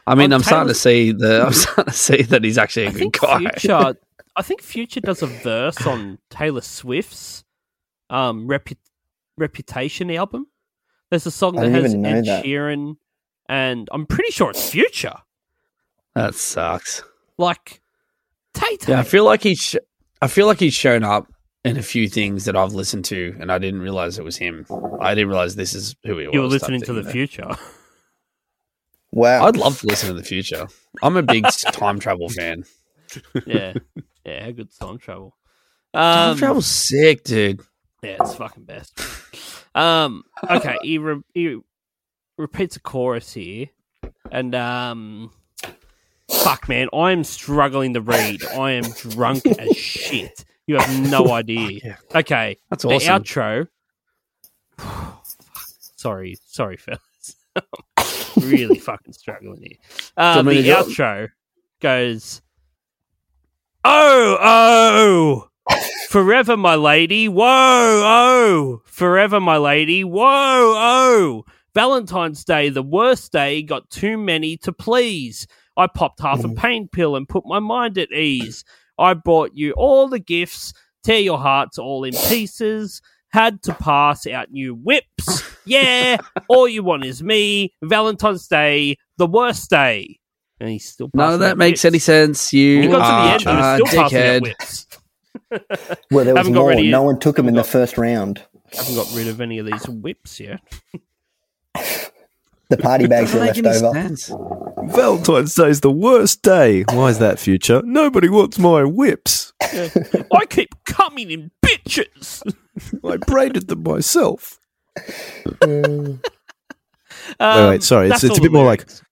F: I
C: On
F: mean, I'm starting to
C: Taylor's-
F: see the. I'm starting to see that he's actually a
C: I
F: good
C: think
F: guy.
C: Future. I think Future does a verse on Taylor Swift's um repu- Reputation album. There's a song
G: I
C: that
G: didn't
C: has
G: even know
C: Ed
G: that.
C: Sheeran, and I'm pretty sure it's Future.
F: That sucks.
C: Like, Tay Tay.
F: Yeah, I feel like he's. Sh- I feel like he's shown up in a few things that I've listened to, and I didn't realize it was him. I didn't realize this is who he was.
C: You're
F: type
C: listening to
F: thing,
C: the
F: you know?
C: future.
G: Wow.
F: I'd love to listen to the future. I'm a big time travel fan.
C: yeah, yeah. How good's time travel?
F: Time
C: Um,
F: travel's sick, dude.
C: Yeah, it's fucking best. um, okay, he, re- he repeats a chorus here, and um, fuck, man, I am struggling to read. I am drunk as shit. You have no idea. Okay,
F: That's
C: the
F: awesome.
C: outro. sorry, sorry, fellas. really fucking struggling here. Uh,
F: Do you want
C: the
F: me to go?
C: outro goes, oh, oh. Forever, my lady. Whoa, oh. Forever, my lady. Whoa, oh. Valentine's Day, the worst day, got too many to please. I popped half
F: Mm.
C: a pain pill and put my mind at ease. I bought you all the gifts, tear your hearts all in pieces. Had to pass out new whips. Yeah, all you want is me. Valentine's Day, the worst day. And he's still
F: None of
C: passing
F: that
C: out
F: makes
C: whips.
F: any sense. You
C: He got to the end
F: are
C: and was still
F: a
C: passing out
F: dickhead.
C: whips.
G: Well, there was
C: Haven't got
G: more.
C: ready yet.
G: No one took him in the first round.
C: haven't got rid of any of these whips yet.
G: The party bags are left
F: Doesn't make any
G: over.
F: sense.
D: Valentine's Day is the worst day. Why is that, future? Nobody wants my whips.
C: I keep coming in bitches.
D: I braided them myself.
C: Um,
D: wait, wait, sorry. It's,
C: that's
D: it's a
C: all
D: bit
C: the
D: more like,
C: lyrics.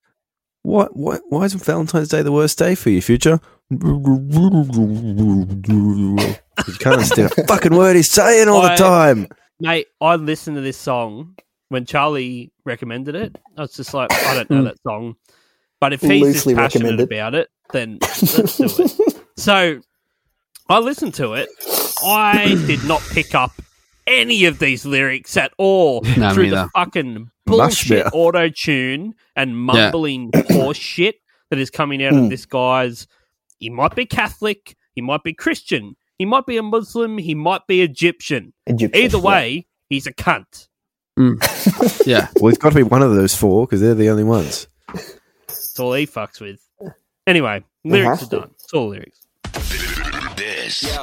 D: what, what, why isn't Valentine's Day the worst day for you, future? you can't understand a fucking word he's saying all
C: I-
D: the time.
C: mate. I listened to this song when Charlie recommended it. I was just like, I
D: Hmm.
C: don't know that song, but if he's this
G: Loosely
C: passionate
G: recommended.
C: about it, then let's do it. so I listened to it. I did not pick up any of these lyrics at all
F: No, me
C: through the
F: neither.
C: fucking bullshit
D: Mushmouth.
C: auto tune and mumbling horse shit that is coming out
G: Hmm.
C: of this guy's. He might be Catholic. He might be Christian. He might be a Muslim. He might be Egyptian.
G: Egyptian
C: Either
G: flag.
C: way, he's a cunt.
F: Yeah.
D: Well, it's got to be one of those four because they're the only ones.
C: That's all he fucks with. Anyway, lyrics are
G: has to.
C: done. It's all lyrics.
A: This is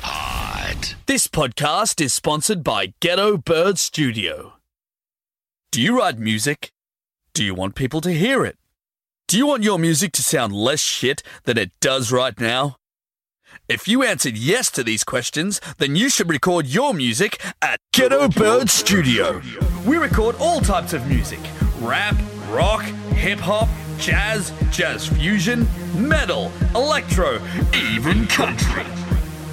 A: hot.
J: This podcast is sponsored by Ghetto Bird Studio. Do you write music? Do you want people to hear it? Do you want your music to sound less shit than it does right now? If you answered yes to these questions, then you should record your music at Ghetto Bird Studio. We record all types of music rap, rock, hip hop, jazz, jazz fusion, metal, electro, even country.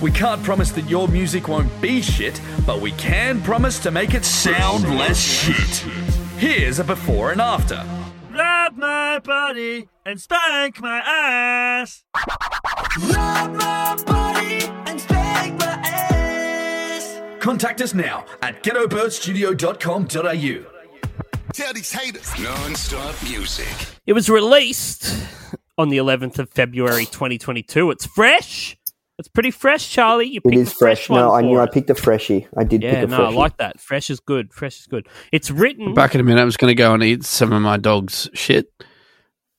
J: We can't promise that your music won't be shit, but we can promise to make it sound less shit. Here's a before and after.
C: Grab my body and spank my ass.
J: Contact us now at ghettobirdstudio.com.au.
K: Tell these haters. Non-stop music.
C: It was released on the 11th of February 2022. It's fresh. It's pretty fresh, Charlie. You
G: It
C: picked
G: is
C: a fresh.
G: fresh.
C: One
G: No, I
C: for
G: knew I
C: it.
G: picked a freshie. I did
C: Yeah,
G: pick a
C: no, I
G: freshie.
C: like that. Fresh is good. Fresh is good. It's written.
F: Back in a minute. I'm just going to go and eat some of my dog's shit.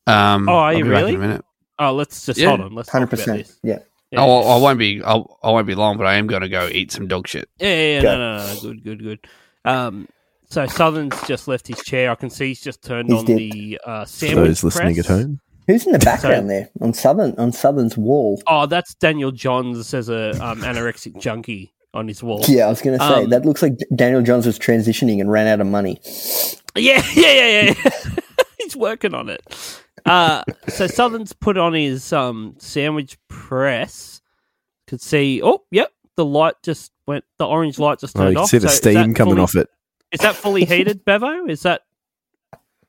F: Um,
C: Oh, are
F: I'll
C: you
F: be back in a
C: really?
F: minute.
C: Oh, let's just
F: Yeah.
C: hold on. Let's talk about
G: 100%.
C: this.
G: Yeah.
C: Yeah.
F: Oh, I I won't be. I'll, I won't be long, but I am going to go eat some dog shit.
C: Yeah, yeah, yeah.
G: Okay.
C: No, no, no, good, good, good. Um, so Southern's just left his chair. I can see he's just turned
G: He's
C: on
G: dead.
C: the uh,
D: For
C: sandwich
D: those listening at
C: press.
D: home.
G: Who's in the background there on southern on southern's wall?
C: Oh, that's Daniel Johns as a um, anorexic junkie on his wall.
G: Yeah, I was going to say
C: Um,
G: that looks like D- Daniel Johns was transitioning and ran out of money.
C: Yeah, yeah, yeah, yeah. He's working on it. Uh, so Southern's put on his um, sandwich press. Could see. Oh, yep. The light just went. The orange light just
D: Oh,
C: turned
D: you can
C: off.
D: see the
C: So is
D: steam
C: that
D: coming
C: fully-
D: off it.
C: Is that fully heated, Bevo? Is that?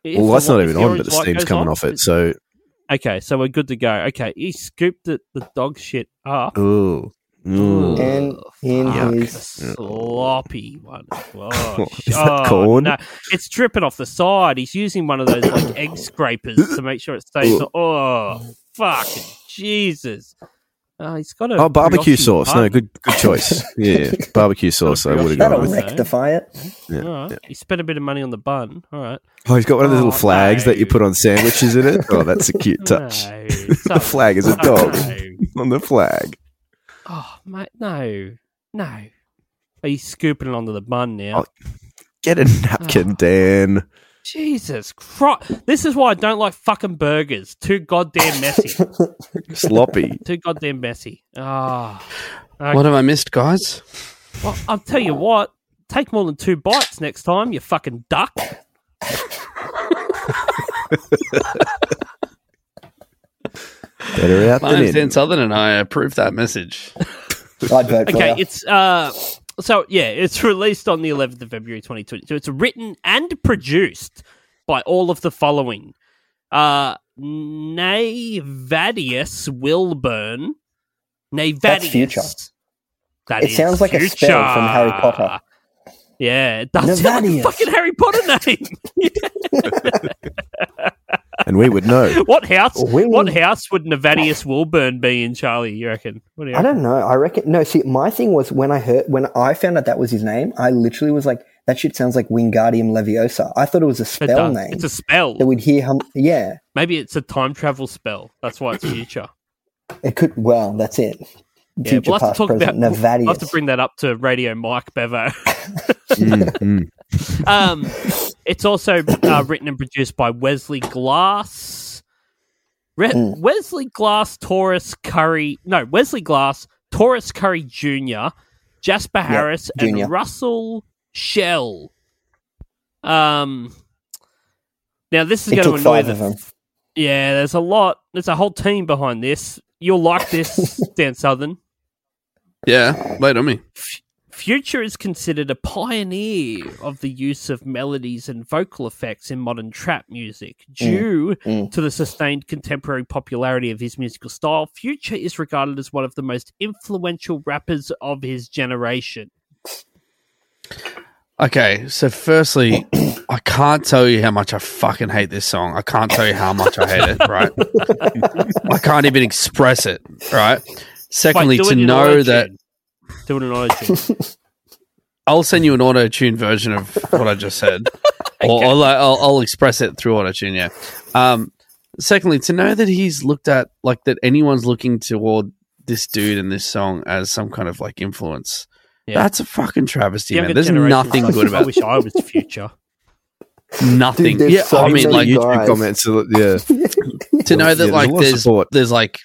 C: is
D: Well,
C: the
D: that's
C: li-
D: not
C: if
D: even on,
C: orange
D: but the
C: light
D: steam's
C: goes
D: coming
C: on,
D: off it.
C: is-
D: So,
C: Okay, so we're good to go. Okay, he scooped the, the dog shit up.
D: ooh,
C: Mm.
D: ooh.
G: And in
C: Fuck,
G: his-
C: a sloppy one. Oh,
D: Is that corn?
C: No. It's dripping off the side. He's using one of those like egg scrapers to make sure it stays. oh, fucking Jesus! Oh, he's got a
D: Oh, barbecue
C: brioche
D: sauce. No,
C: bun.
D: good, good choice. Yeah, barbecue sauce.
C: Oh,
D: I would have
G: That'll
D: gone with.
C: brioche.
G: rectify it.
C: All right. He spent a bit of money on the bun. All right.
D: Oh, he's got one of those
C: Oh,
D: little flags that you
C: no.
D: put on sandwiches in it. Oh, that's a cute touch.
C: No,
D: The flag is a
C: no.
D: dog on the flag.
C: Oh, mate, no, no. Are you scooping it onto the bun
D: Oh.
C: now?
D: Get a
G: Oh.
D: napkin, Dan.
C: Jesus Christ! This is why I don't like fucking burgers. Too goddamn messy.
D: Sloppy.
C: Too goddamn messy. Ah.
F: What have I missed, guys?
C: Well, I'll tell you what. Take more than two bites next time, you fucking duck.
D: Better out than
F: Lions
D: in.
F: Den Southern and I approve that message.
G: I'd vote for
C: Okay,
G: you.
C: it's uh, so yeah, it's released on the 11th of February 2022. It's written and produced by all of the following: uh, Navadius Wilburn. Navadius.
G: future.
C: That
G: It
C: is
G: sounds like a
C: future.
G: spell from Harry Potter.
C: Yeah, it does sound like a
G: Navadius.
C: fucking Harry Potter name.
D: And we would know.
C: what house?
G: We will-
C: What house would Navadius Wilburn be in, Charlie? You reckon? What do you
G: I don't know. I reckon. No, see, my thing was when I heard when I found out that was his name, I literally was like, "That shit sounds like Wingardium Leviosa." I thought it was a
C: It
G: spell
C: does.
G: name
C: It's a spell.
G: that we'd hear. Hum- yeah,
C: Maybe it's a time travel spell. That's why it's future.
G: it could. Well, that's it.
C: Yeah,
G: Future,
C: we'll have to
G: past,
C: talk about.
G: present,
C: We'll
G: Navadius.
C: have to bring that up to Radio Mike Bevo.
D: Mm, mm.
C: um, it's also uh, written and produced by Wesley Glass. Re-
G: Hmm.
C: Wesley Glass, Taurus Curry. No, Wesley Glass, Taurus Curry Jr., Jasper Harris,
G: Jr..
C: and Russell Shell. Um, now this is
G: it
C: going to
G: took
C: annoy
G: five
C: the
G: of them.
C: yeah, there's a lot. There's a whole team behind this. You'll like this, Dan Southern.
F: Yeah, wait on me.
C: Future is considered a pioneer of the use of melodies and vocal effects in modern trap music. Due
G: mm.
C: to the sustained contemporary popularity of his musical style, Future is regarded as one of the most influential rappers of his generation.
F: Okay, so firstly, I can't tell you how much I fucking hate this song. I can't tell you how much I hate it, right? I can't even express it, right? Secondly,
C: Wait, do
F: to
C: it in
F: know
C: auto-tune.
F: that
C: Do it in auto-tune.
F: I'll send you an auto tune version of what I just said, or, or like, I'll, I'll express it through auto tune. Yeah. Um, secondly, to know that he's looked at like that anyone's looking toward this dude and this song as some kind of like influence.
C: Yeah.
F: That's a fucking travesty,
C: Younger
F: man. There's
C: generation
F: nothing
C: sucks.
F: good
C: I
F: about it.
C: wish I was Future.
F: Nothing.
G: Dude, there's
F: yeah,
G: so
F: I mean,
G: many
F: like
G: good-
D: YouTube
G: guys.
D: comments. are- Yeah,
F: to know that
D: Yeah,
F: like
D: there's a lot of
F: there's
D: support.
F: there's like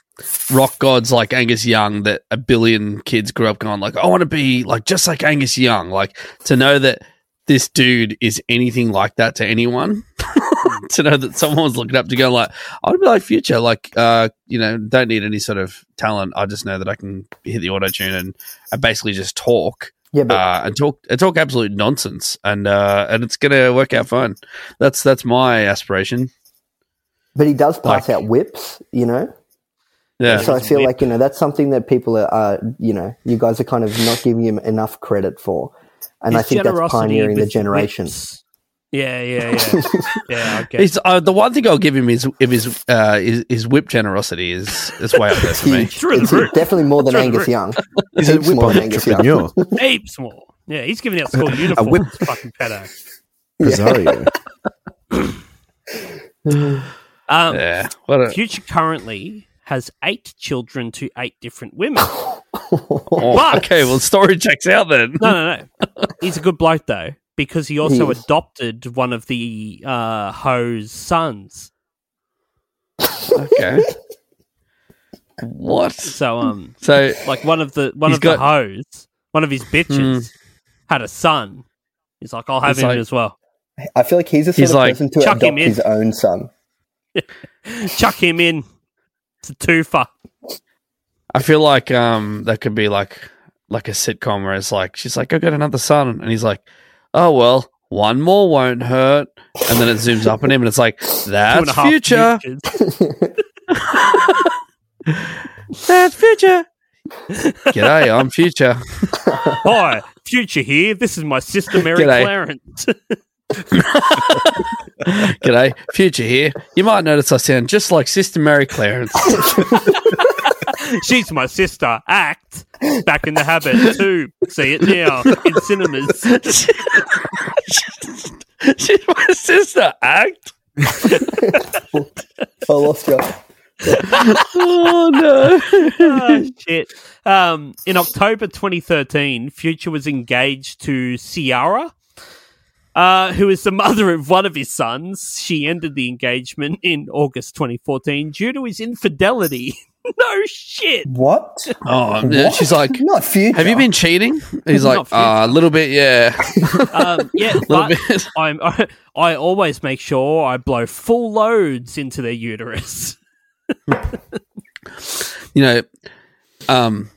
F: rock gods like Angus Young that a billion kids grew up going like I want to be like just like Angus Young like to know that this dude is anything like that to anyone to know that someone was looking up to go like I would be like future like uh you know don't need any sort of talent I just know that I can hit the auto tune and I basically just talk
G: Yeah, but
F: uh, and talk and talk absolute nonsense and uh and it's gonna work out fine that's that's my aspiration
G: but he does pass
F: like-
G: out whips. You know,
F: yeah
G: so I feel
C: Whip.
G: like you know that's something that people are, uh, you know, you guys are kind of not giving him enough credit for, and I
C: His
G: think that's
C: generosity
G: pioneering the
C: with
G: generation.
C: whips. Yeah, yeah, yeah. yeah, okay.
F: He's, uh, the one thing I'll give him is if his uh, his, his whip generosity is is way up there for me.
G: Huge.
C: Through the
G: It's
C: roof.
G: definitely more than
C: Through the
G: Angus
C: roof.
G: Young.
D: he's a
G: Heaps
D: whip
G: more than Angus Young.
D: entrepreneur.
C: Apes more. Yeah, he's giving out school uniforms.
D: whip.
C: Fucking pedo.
D: Presario.
C: Um,
F: Yeah, what a,
C: Future currently has eight children to eight different women.
F: oh,
C: But-
F: okay. Well, the story checks out then.
C: No, no, no. He's a good bloke though, because he also
G: He
C: adopted one of the uh, ho's sons.
F: Okay, what?
C: So, um,
F: So
C: like one of the one
F: Hmm. He's
C: of
F: got- Hmm.
C: the hoes, one of his bitches, had a son. He's like, I'll have
F: It's
C: him
F: like-
C: as well.
G: I feel like he's the sort
F: He's
G: of
F: like,
G: person to
C: "Chuck
G: adopt
C: him in."
G: his own son.
C: Chuck him in. It's a twofer.
F: I feel like um that could be like like a sitcom where it's like she's like I got another son and he's like oh well one more won't hurt and then it zooms up on him and it's like
C: Two and
F: that's
C: a half
F: future
C: futures.
F: that's future. G'day, I'm future.
C: Hi, future here. This is my sister Mary
F: G'day.
C: Clarence.
F: G'day, Future here. You might notice I sound just like Sister Mary Clarence.
C: She's my sister. Act back in the habit too. See it now in cinemas.
F: She's my sister. Act.
G: Oh, lost your
C: oh no! Ah, shit. Um, in October 2013, Future was engaged to Ciara, uh, who is the mother of one of his sons. She ended the engagement in August 2014 due to his infidelity. no shit.
G: What?
F: Oh, yeah, she's like,
G: Not future.
F: have you been cheating? He's
C: Not
F: like, uh, a little bit, yeah.
C: Um, yeah,
F: Little
C: but
F: bit.
C: I'm, I, I always make sure I blow full loads into their uterus.
F: you know, um,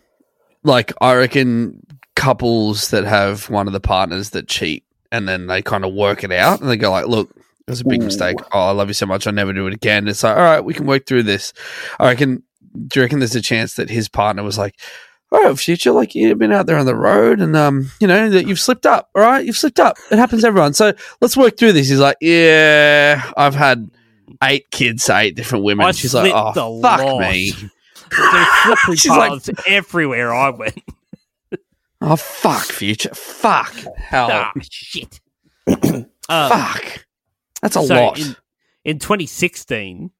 F: like I reckon couples that have one of the partners that cheat and then they kind of work it out and they go like, look, it was a big mistake. Oh, I love you so much. I'll never do it again. It's like, all right, we can work through this. I reckon, do you reckon there's a chance that his partner was like, all right, future, like you've been out there on the road and, um, you know, that you've slipped up. All right. You've slipped up. It happens to everyone. So let's work through this. He's like, yeah, I've had eight kids, to eight different women.
C: I
F: She's like,
C: slipped
F: oh,
C: a
F: fuck
C: lot."
F: me.
C: There's slippery
F: She's like-
C: paths everywhere I went.
F: Oh fuck, future. Fuck. Hell.
C: Ah, shit. um,
F: Fuck. That's a
C: so
F: lot.
C: In, in 2016,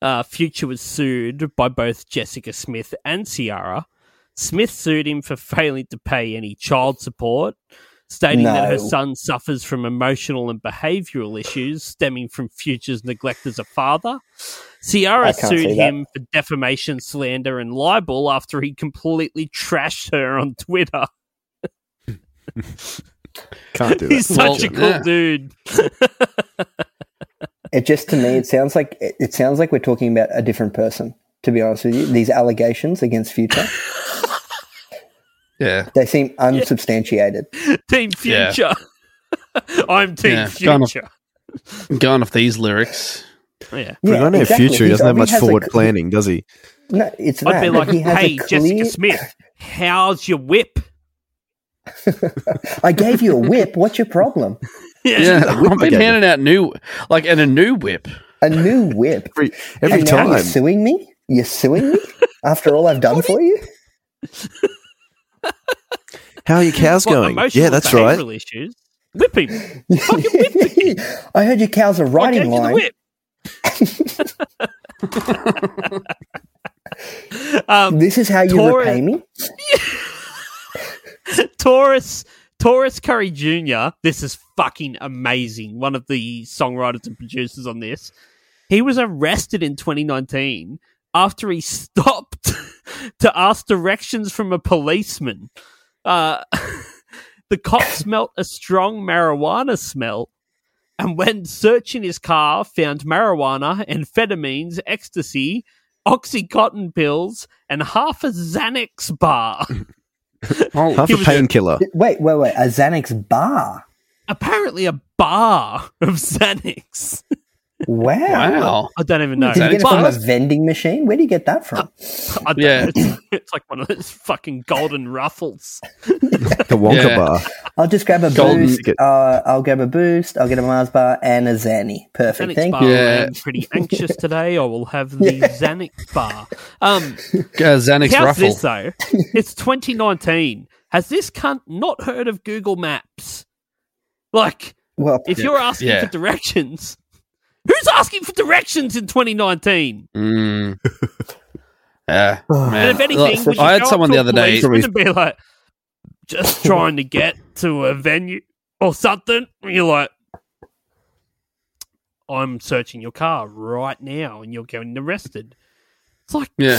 C: uh, Future was sued by both Jessica Smith and Ciara. Smith sued him for failing to pay any child support, stating that her
G: No.
C: son suffers from emotional and behavioural issues stemming from Future's neglect as a father. Ciara
G: I can't
C: sued
G: see that.
C: him for defamation, slander, and libel after he completely trashed her on Twitter.
D: Can't do
C: He's
D: that.
C: such a
F: Well,
C: cool
F: yeah.
C: dude.
G: It just to me, it sounds like it it sounds like we're talking about a different person. To be honest with you, these allegations against Future,
F: yeah.
G: they seem unsubstantiated.
C: Team
F: Yeah.
C: Future. I'm Team
F: Yeah, gone off-
C: Future.
F: Going off these lyrics.
C: Yeah.
D: But
G: Yeah,
D: I know
G: exactly.
D: future. He
G: He's-
D: doesn't have
G: he
D: much
G: has a
D: forward
G: cl-
D: planning, does he?
G: No, it's
C: I'd
G: that.
C: be
G: but
C: like,
G: he has
C: hey,
G: a clear.
C: Jessica Smith, how's your whip?
G: I gave you a whip. What's your problem?
F: Yeah. I've been
D: again.
F: handing out new like and a new whip.
G: A new whip.
D: Every, every
G: and now you're
D: time.
G: suing me. You're suing me after all I've done for you.
D: How are your cows
C: What,
D: going?
C: emotional
D: Yeah, that's right.
C: behavioural Issues. Whip him.
G: I heard your cows are
C: I gave
G: riding
C: you the
G: line.
C: whip. um,
G: This is how you
C: Tori-
G: repay me.
C: Taurus, Taurus Curry Jr. This is fucking amazing. One of the songwriters and producers on this. He was arrested in 2019 after he stopped to ask directions from a policeman. Uh, the cop smelt a strong marijuana smell and when searching his car found marijuana, amphetamines, ecstasy, oxycontin pills, and half a Xanax bar.
F: Oh,
D: Half a painkiller.
G: Wait, wait, wait. A Xanax bar.
C: apparently a bar of Xanax.
G: Wow.
F: wow. Uh,
C: I don't even know.
G: Did Hmm. you get it from a
C: But-
G: vending machine? Where do you get that from?
C: I don't-
F: Yeah.
C: it's, it's like one of those fucking golden ruffles.
D: The Wonka
F: Yeah.
D: bar.
G: I'll just grab a
F: Golden
G: boost.
D: ticket.
G: Uh, I'll grab a boost. I'll get a Mars bar and a Zanny. Perfect.
C: Xanax
G: Thank
C: bar.
G: you.
F: Yeah.
C: I'm pretty anxious today. I will have the Xanax bar. Um,
F: Uh, Xanax
C: how's
F: ruffle.
C: this though? It's 2019. Has this cunt not heard of Google Maps? Like,
G: Well,
C: if you're asking
F: Yeah.
C: for directions, who's asking for directions in 2019?
F: Mm. Yeah. man.
C: And if anything, we
F: Look,
C: should
F: I
C: go
F: had
C: up
F: someone
C: to
F: the
C: a
F: other day.
C: policeman and be like, just trying to get to a venue or something. And you're like, I'm searching your car right now, and you're getting arrested. It's like,
F: Yeah.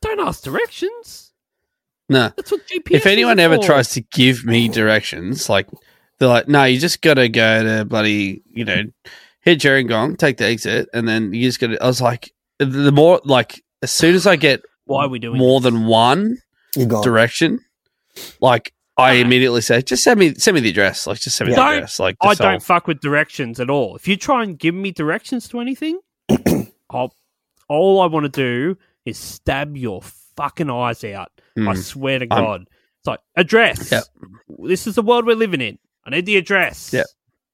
C: don't ask directions.
F: No.
C: That's what GPS.
F: If anyone
C: is
F: ever
C: for.
F: tries to give me directions, like they're like, no, you just gotta go to bloody, you know, hit Jerengong, take the exit, and then you just gotta. I was like, the more like as soon as I get
C: why are we doing
F: more than one
G: you're gone.
F: direction, like I immediately say, just send me send me the address. Like just send me
C: Don't-
F: the address. Like
C: I
F: just
C: don't fuck with directions at all. If you try and give me directions to anything, I'll, all I want to do is stab your fucking eyes out. I
F: Mm.
C: swear to
F: I'm-
C: God. it's like, address.
F: Yep.
C: This is the world we're living in. I need the address.
F: Yep.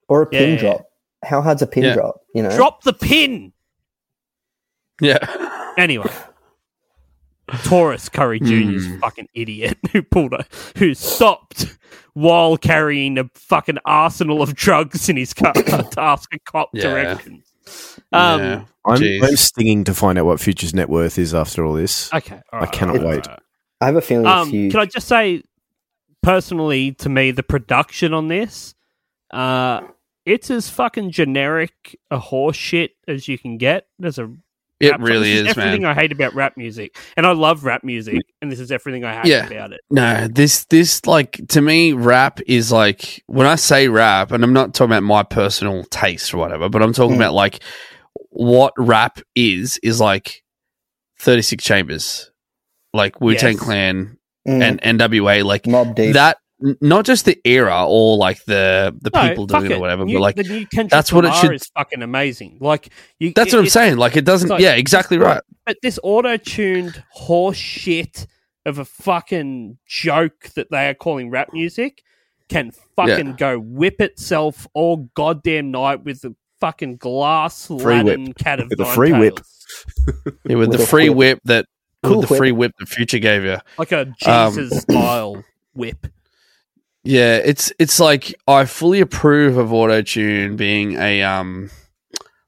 G: Or a pin
C: Yeah.
G: drop. How hard's a pin
F: Yeah.
G: drop? You know.
C: Drop the pin.
F: yeah.
C: Anyway. Taurus Curry Jr.'s
F: Hmm.
C: fucking idiot who pulled a who stopped while carrying a fucking arsenal of drugs in his car to ask a cop
F: Yeah.
C: directions. Um,
D: I'm,
F: Jeez.
D: I'm stinging to find out what Future's net worth is after all this.
C: Okay, all
D: I
C: right,
D: cannot
C: all right,
D: wait.
C: all right.
G: I have a feeling
C: Um,
G: if you
C: Can I just say, personally, to me, the production on this, uh, it's as fucking generic a horse shit as you can get. There's a
F: It
C: rap song.
F: really
C: This
F: is,
C: everything
F: man. Mm.
C: I hate about rap music, and I love rap music, and this is everything I hate
F: Yeah.
C: about it.
F: No, this this like to me, rap is like when I say rap, and I'm not talking about my personal taste or whatever, but I'm
G: Hmm.
F: talking about like what rap is is like 36 chambers, like Wu Tang
C: Yes.
F: Clan
G: Mm.
F: and NWA, like
G: mob deep.
F: that. n- Not just the era or like the the
C: No,
F: people
C: fuck
F: doing it
C: it.
F: or whatever,
C: New-
F: but like
C: the new Kendrick
F: that's what it
C: Lamar
F: should-
C: is fucking amazing. Like you,
F: that's
C: it-
F: what I'm
C: it's-
F: saying. Like it doesn't.
C: it's like-
F: yeah, exactly right.
C: But this auto-tuned horse shit of a fucking joke that they are calling rap music can fucking go whip itself all goddamn night with the fucking glass
D: Free whip.
C: Latin cat of
D: With the
C: nine
D: free whip.
C: tails.
F: Yeah, with,
G: With
F: the
G: a
F: free whip,
G: whip.
F: that
G: Cool
F: with the
G: whip.
F: free whip the future gave you.
C: like a
F: Um,
C: Jesus style whip.
F: Yeah, it's it's like I fully approve of auto tune being a um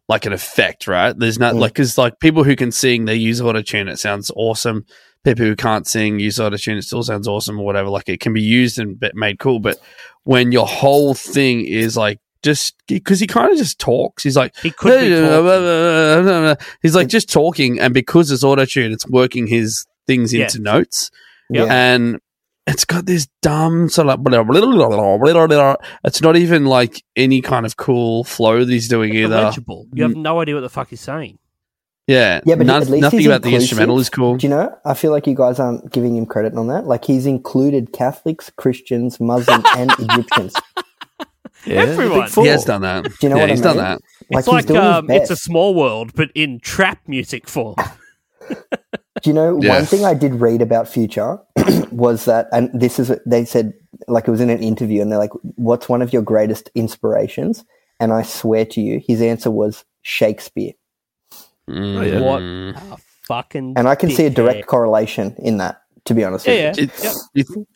F: like an effect, right? There's not
G: Mm.
F: like because like people who can sing they use auto tune, it sounds awesome. People who can't sing use auto tune, it still sounds awesome or whatever. Like it can be used and be- made cool, but when your whole thing is like just because he kind of just talks, he's like
C: He could be talking.
F: he's like just talking, and because it's auto tune, it's working his things
C: Yeah.
F: into notes
C: Yep.
G: yeah.
F: and it's got this dumb sort of like it's not even like any kind of cool flow that he's doing either.
C: Illegible. You have no idea what the fuck he's saying.
F: Yeah,
G: Yeah, but
F: none-
G: at least
F: nothing
G: he's
F: about the
G: inclusive.
F: instrumental is cool.
G: Do you know? I feel like you guys aren't giving him credit on that. Like he's included Catholics, Christians, Muslims, and Egyptians. Do
C: Everyone.
F: He has done that.
G: you know
F: yeah,
G: what
F: he's
G: I
F: done
G: mean?
F: that.
C: It's like,
G: his
C: um, it's a
G: best.
C: small world, but in trap music form.
G: Do you know
F: Yeah.
G: one thing I did read about Future was that, and this is they said like it was in an interview, and they're like, "What's one of your greatest inspirations?" And I swear to you, his answer was Shakespeare,
C: What a fucking
G: and I can see a direct
C: dickhead.
G: correlation in that. To be honest,
C: Yeah,
G: with
C: yeah.
F: It's- you th-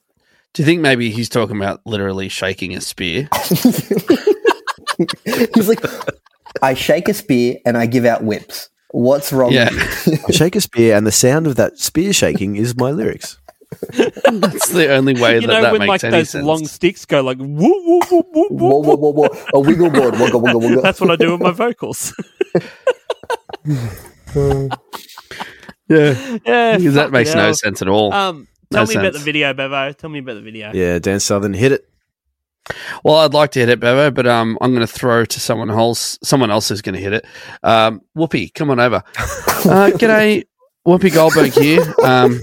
F: do you think maybe he's talking about literally shaking a spear?
G: you. he's like, "I shake a spear and I give out whips. What's wrong?"
F: Yeah,
G: with
D: I shake a spear, and the sound of that spear shaking is my lyrics.
F: that's the only way
C: you
F: that
C: know
F: that
C: when
F: makes
C: like
F: any
C: those
F: sense.
C: long sticks go like woo woo woo woo
G: you? Whoa,
C: woo.
G: whoa, whoa, whoa! A wiggle board, wiggle, wiggle, wiggle.
C: That's what I do with my vocals.
F: yeah,
C: yeah,
F: because that
C: fucking
F: makes no
C: hell.
F: sense at all.
C: Um, tell
F: No
C: me about the
F: sense.
C: video, Bevo. Tell me about the video.
D: Yeah, Dan Southern hit it.
F: Well, I'd like to hit it, Bevo, but um, I'm going to throw to someone else. Someone else is going to hit it. Um, Whoopi, come on over. Uh, g'day, Whoopi Goldberg here. Um,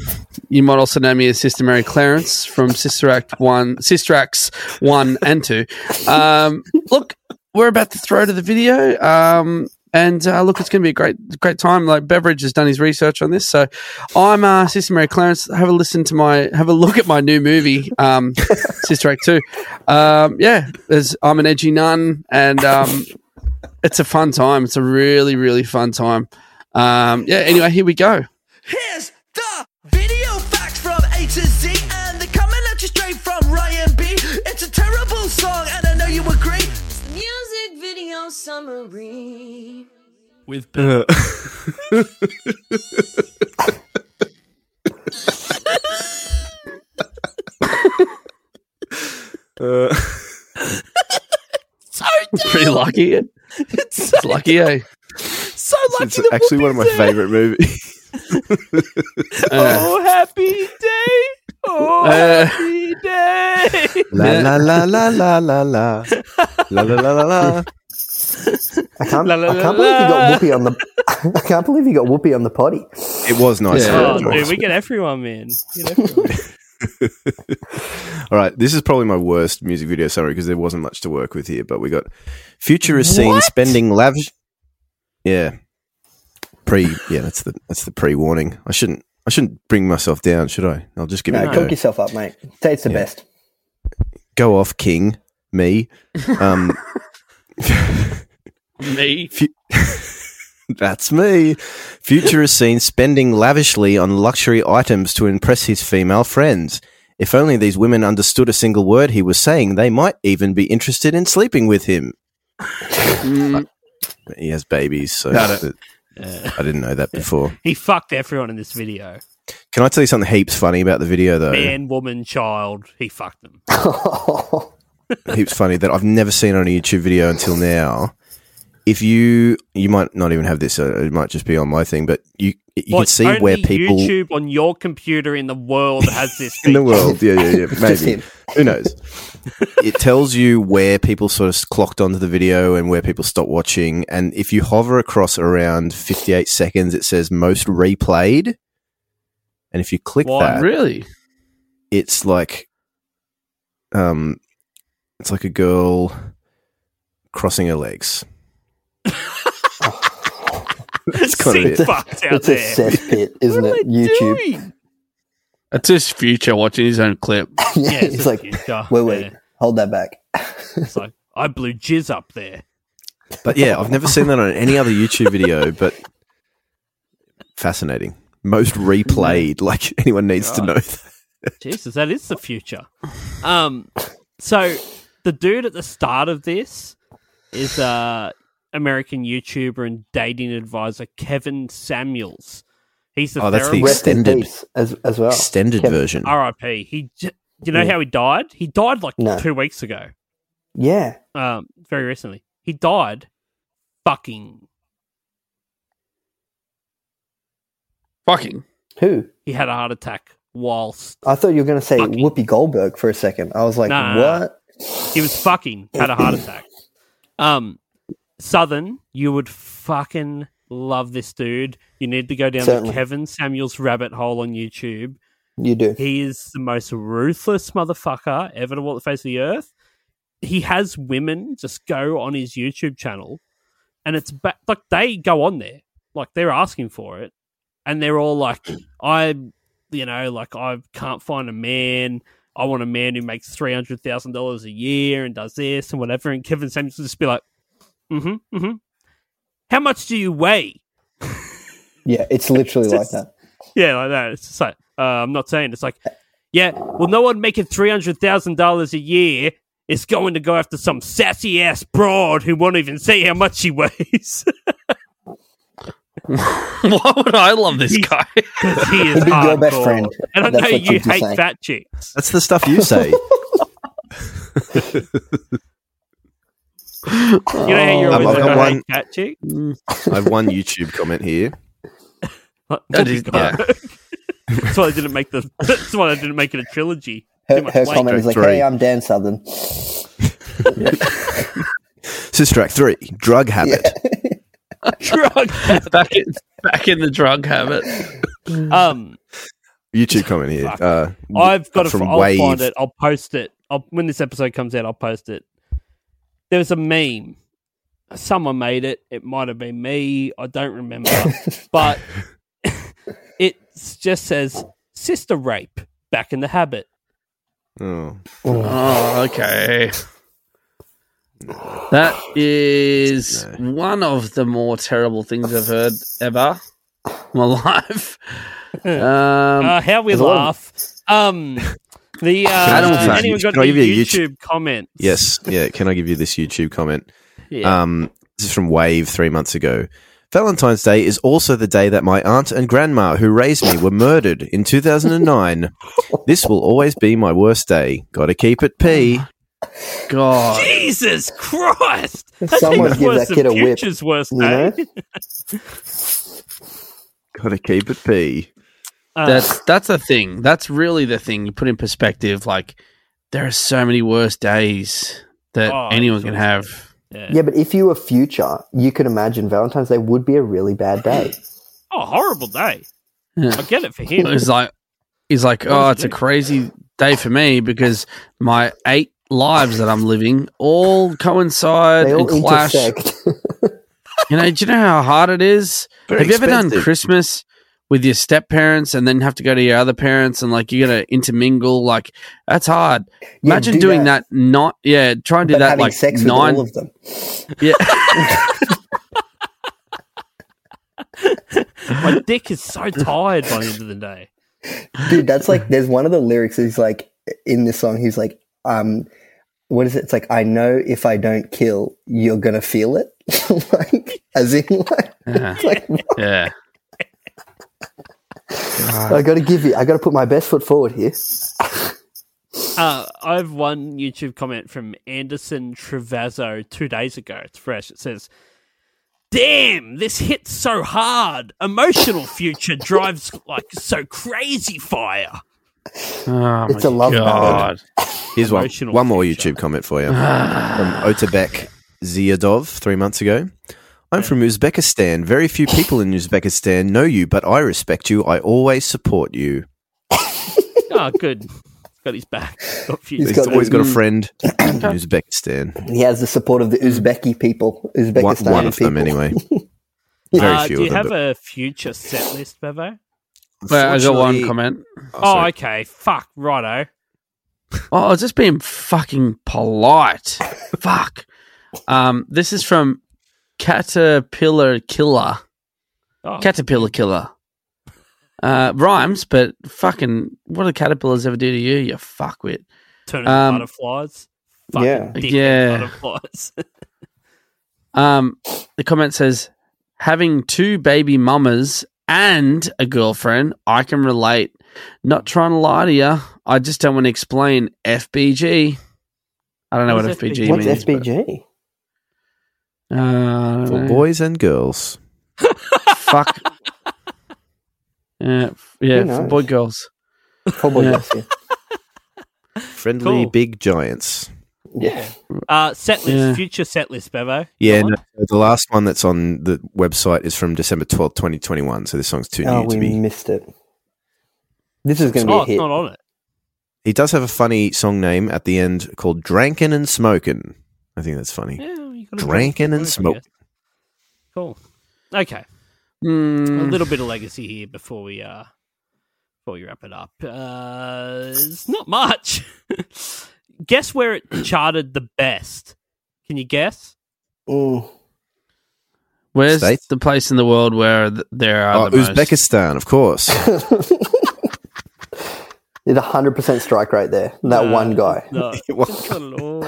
F: you might also know me as Sister Mary Clarence from Sister Act One, Sister Acts One and Two. Um, look, we're about to throw to the video. Um, and uh, look, it's going to be a great, great time. Like Beveridge has done his research on this, so I'm uh, Sister Mary Clarence. Have a listen to my, have a look at my new movie, um, Sister Act Two. Um, yeah, there's, I'm an edgy nun, and um, it's a fun time. It's a really, really fun time. Um, yeah. Anyway, here we go.
J: Here's the video facts from A to Z, and they're coming at you straight from Ryan B. It's a terrible song, and I know you agree. Music video summary.
H: With
F: Pretty lucky. It's lucky. Eh?
C: So
D: It's actually one of my favorite movies.
F: Uh,
C: Oh, happy day! Oh,
F: Uh.
C: happy day!
D: la la la la la la la la la la la la.
G: I can't,
C: La, la,
G: I can't
C: la, la.
G: believe you got Whoopi on the. I can't believe you got Whoopi on the potty.
D: It was nice.
F: Yeah.
C: Oh,
D: Very
C: dude,
D: nice.
C: we get everyone, man. We get everyone.
D: All right, this is probably my worst music video summary because there wasn't much to work with here. But we got Future is seen spending lavish. Yeah, pre. Yeah, that's the that's the pre warning. I shouldn't I shouldn't bring myself down, should I? I'll just give
G: No,
D: it a go.
G: cook yourself up, mate. Say it's the best.
D: Go off, King. Me. Um,
F: me.
D: That's me. Future is seen spending lavishly on luxury items to impress his female friends. If only these women understood a single word he was saying, they might even be interested in sleeping with him. he has babies. So
F: Got
D: that- I didn't know that before.
C: He fucked everyone in this video.
D: Can I tell you something heaps funny about the video though?
C: Man, woman, child. He fucked them.
D: heaps funny that I've never seen on a YouTube video until now. If you, you might not even have this. Uh, it might just be on my thing, but you you
C: What,
D: can see
C: only
D: where people
C: YouTube on your computer in the world has this
D: in the
C: feature.
D: world. Yeah, yeah, yeah.
G: Just
D: Maybe
G: him.
D: who knows? it tells you where people sort of clocked onto the video and where people stopped watching. And if you hover across around fifty-eight seconds, it says most replayed. And if you click
C: Why,
D: that,
F: Really?
D: it's like um it's like a girl crossing her legs.
C: That's
D: gotta be it.
C: fucked out
G: It's a
C: there.
G: cesspit, isn't it? YouTube.
F: That's his future watching his own clip.
C: Yeah,
G: yeah,
C: it's
G: it's
C: a
G: like,
C: future,
G: wait, wait,
C: yeah.
G: hold that back.
C: It's like, I blew jizz up there.
D: But yeah, I've never seen that on any other YouTube video, but fascinating. Most replayed. Like anyone needs to know that.
C: Jesus, that is the future. Um, so the dude at the start of this is uh American YouTuber and dating advisor Kevin Samuels. He's the
D: Oh, that's the
C: therapist.
G: Rest in
D: Extended.
G: peace as, as
C: Oh,
G: well.
D: extended
G: Kevin.
D: version.
C: R.I.P. He, j- you know how he died? He died like
G: No.
C: two weeks ago.
G: Yeah.
C: Um, very recently. He died. Fucking.
F: Fucking.
G: Who?
C: He had a heart attack whilst
G: I thought you were going to say
C: Fucking-
G: Whoopi Goldberg for a second. I was like,
C: No, no, no.
G: what?
C: he was fucking had a heart attack. Um, Southern, you would fucking love this dude. You need to go down
G: Certainly.
C: the Kevin Samuels rabbit hole on YouTube.
G: You do.
C: He is the most ruthless motherfucker ever to walk the face of the earth. He has women just go on his YouTube channel, and it's ba- like they go on there, like they're asking for it, and they're all like, "I, you know, like I can't find a man. I want a man who makes three hundred thousand dollars a year and does this and whatever." And Kevin Samuels will just be like, "Mm-hmm, mm-hmm. How much do you weigh?"
G: Yeah, it's literally like
C: Just-
G: that.
C: Yeah, like that. It's just like uh, I'm not saying it's like, yeah. Well, no one making three hundred thousand dollars a year is going to go after some sassy ass broad who won't even say how much she weighs
F: Why would I love this guy?
C: because he is
G: He'd be
C: hardcore.
G: your best friend.
C: And I
G: That's
C: know
G: what
C: you
G: you'd be
C: hate
G: saying.
C: fat chicks.
D: That's the stuff you say.
C: You know
F: Oh,
C: how you're
D: I've
C: always like,
D: got
C: I hate
D: one-
C: fat chicks.
D: I have one YouTube comment here.
C: Like,
F: That
C: oh my
F: is-
C: God. that's why I didn't make the. That's why I didn't make it a trilogy. Too
G: Her,
C: much
G: her
C: weight.
G: comment is like,
D: Three.
G: hey, I'm Dan Southern.
D: This is track three, drug habit.
C: Drug.
F: back, in, back in the drug habit.
C: Um.
D: YouTube comment here.
C: Fuck.
D: Uh,
C: I've got it.
D: from
C: I'll
D: Wave.
C: find it. I'll post it. I'll, when this episode comes out, I'll post it. There was a meme. Someone made it. It might have been me. I don't remember. but it just says sister rape back in the habit.
D: Oh.
F: Oh, okay. That is one of the more terrible things I've heard ever in my life. Um,
C: Uh, how we
G: There's a lot of-
C: laugh. Um, the uh,
D: Animal Farm.
C: anyone got
D: Can I
C: any
D: give you a
C: YouTube, comments?
D: Yes. Yeah. Can I give you this YouTube comment?
F: Yeah.
D: Um, this is from Wave three months ago. Valentine's Day is also the day that my aunt and grandma who raised me were murdered in 2009. this will always be my worst day. Gotta keep it P.
F: God.
C: Jesus Christ! That's
G: Someone
C: even
G: give
C: worse
G: that
C: than
G: kid a whip,
C: Future's worst
G: you know?
C: day.
D: Gotta keep it P.
C: Uh,
F: That's that's the thing. That's really the thing. You put in perspective, like there are so many worse days that
C: Oh,
F: anyone
C: it's
F: can
C: always
F: have.
G: Yeah, but if you were future, you could imagine Valentine's Day would be a really bad day.
C: oh, horrible day.
F: Yeah.
C: I get it for him.
F: It's like he's like, oh, it's a crazy day for me because my eight lives that I'm living all coincide
G: They all
F: and clash.
G: intersect.
F: You know, do you know how hard it is?
D: Very
F: have you ever done
D: expensive.
F: Christmas with your step parents and then have to go to your other parents and like you got to intermingle? Like that's hard. Imagine
G: do
F: doing
G: that.
F: that. Not yeah. Try and do
G: but
F: that
G: having
F: like
G: sex with
F: nine.
G: all of them.
F: yeah.
C: My dick is so tired by the end of the day.
G: Dude, that's like, there's one of the lyrics is like, in this song, he's like, um, what is it? It's like I know if I don't kill, you're gonna feel it, like as in like, it's like
F: yeah. Uh,
G: I got to give you. I got to put my best foot forward here.
C: Uh, I have one YouTube comment from Anderson Travazzo two days ago. It's fresh. It says, Damn, this hits so hard. Emotional future drives like so crazy fire.
F: Oh,
G: It's
F: my
G: a love
F: God.
G: ballad.
D: Here's one,
C: Emotional
D: one more YouTube comment for you from Otabek Ziyadov three months ago. I'm from Uzbekistan. Very few people in Uzbekistan know you, but I respect you. I always support you.
C: Oh, good. He's got his back. Got few-
G: He's
D: He's,
G: got
D: always
G: the- mm.
D: got a friend in Uzbekistan.
G: He has the support of the Uzbeki people,
D: One,
G: Uzbekistan
D: one of
G: people.
D: them, anyway. Very
C: uh,
D: few
C: do you
D: of them.
C: have
D: but
C: a future set list, Bevo?
F: Well, I got one
D: unfortunately-
F: comment.
C: Oh,
D: sorry.
C: okay. Fuck, righto.
F: Oh, I was just being fucking polite. Fuck. Um, this is from Caterpillar Killer.
C: Oh,
F: Caterpillar Killer. Uh, rhymes, but fucking, what do caterpillars ever do to you? You fuckwit.
C: turning
F: um,
C: butterflies. Fucking
G: Yeah.
C: dick
F: Yeah.
C: Butterflies.
F: Um, the comment says, having two baby mamas and a girlfriend, I can relate. Not trying to lie to you. I just don't want to explain FBG. I don't know what,
C: What's
F: FBG,
C: FBG?
G: What's
F: means. but-
G: SBG?
F: Uh, I don't
D: for
F: know.
D: boys and girls.
F: Fuck. Yeah, f- yeah,
G: Who
F: for
G: knows?
F: boy girls.
G: Probably
F: Yeah.
G: yes, yeah.
D: Friendly
C: Cool.
D: big giants.
G: Yeah.
C: Uh, set list,
F: Yeah.
C: future set list, Bevo.
D: Yeah,
C: Come
D: no,
C: on.
D: the last one that's on the website is from December twelfth, twenty 2021. So this song's too
G: Oh,
D: new to
G: we
D: be.
G: missed it. This is going to
C: Oh,
G: be a
C: it's
G: hit.
C: not on it.
D: He does have a funny song name at the end called Drankin' and Smokin'. I think that's funny.
C: Yeah, you gotta
D: Drinking
C: drink
D: and
C: some work, I
D: smoking.
C: guess. Cool. Okay. A
G: Hmm.
F: Mm,
C: little bit of legacy here before we uh before we wrap it up. Uh it's not much. guess where it charted the best. Can you guess?
G: Mm.
F: where's
D: States?
F: the place in the world where th- there are
D: Oh,
F: the most-
D: Uzbekistan, of course.
G: Did a hundred percent strike right there. That
C: Uh,
G: one guy.
C: No. Just not at all.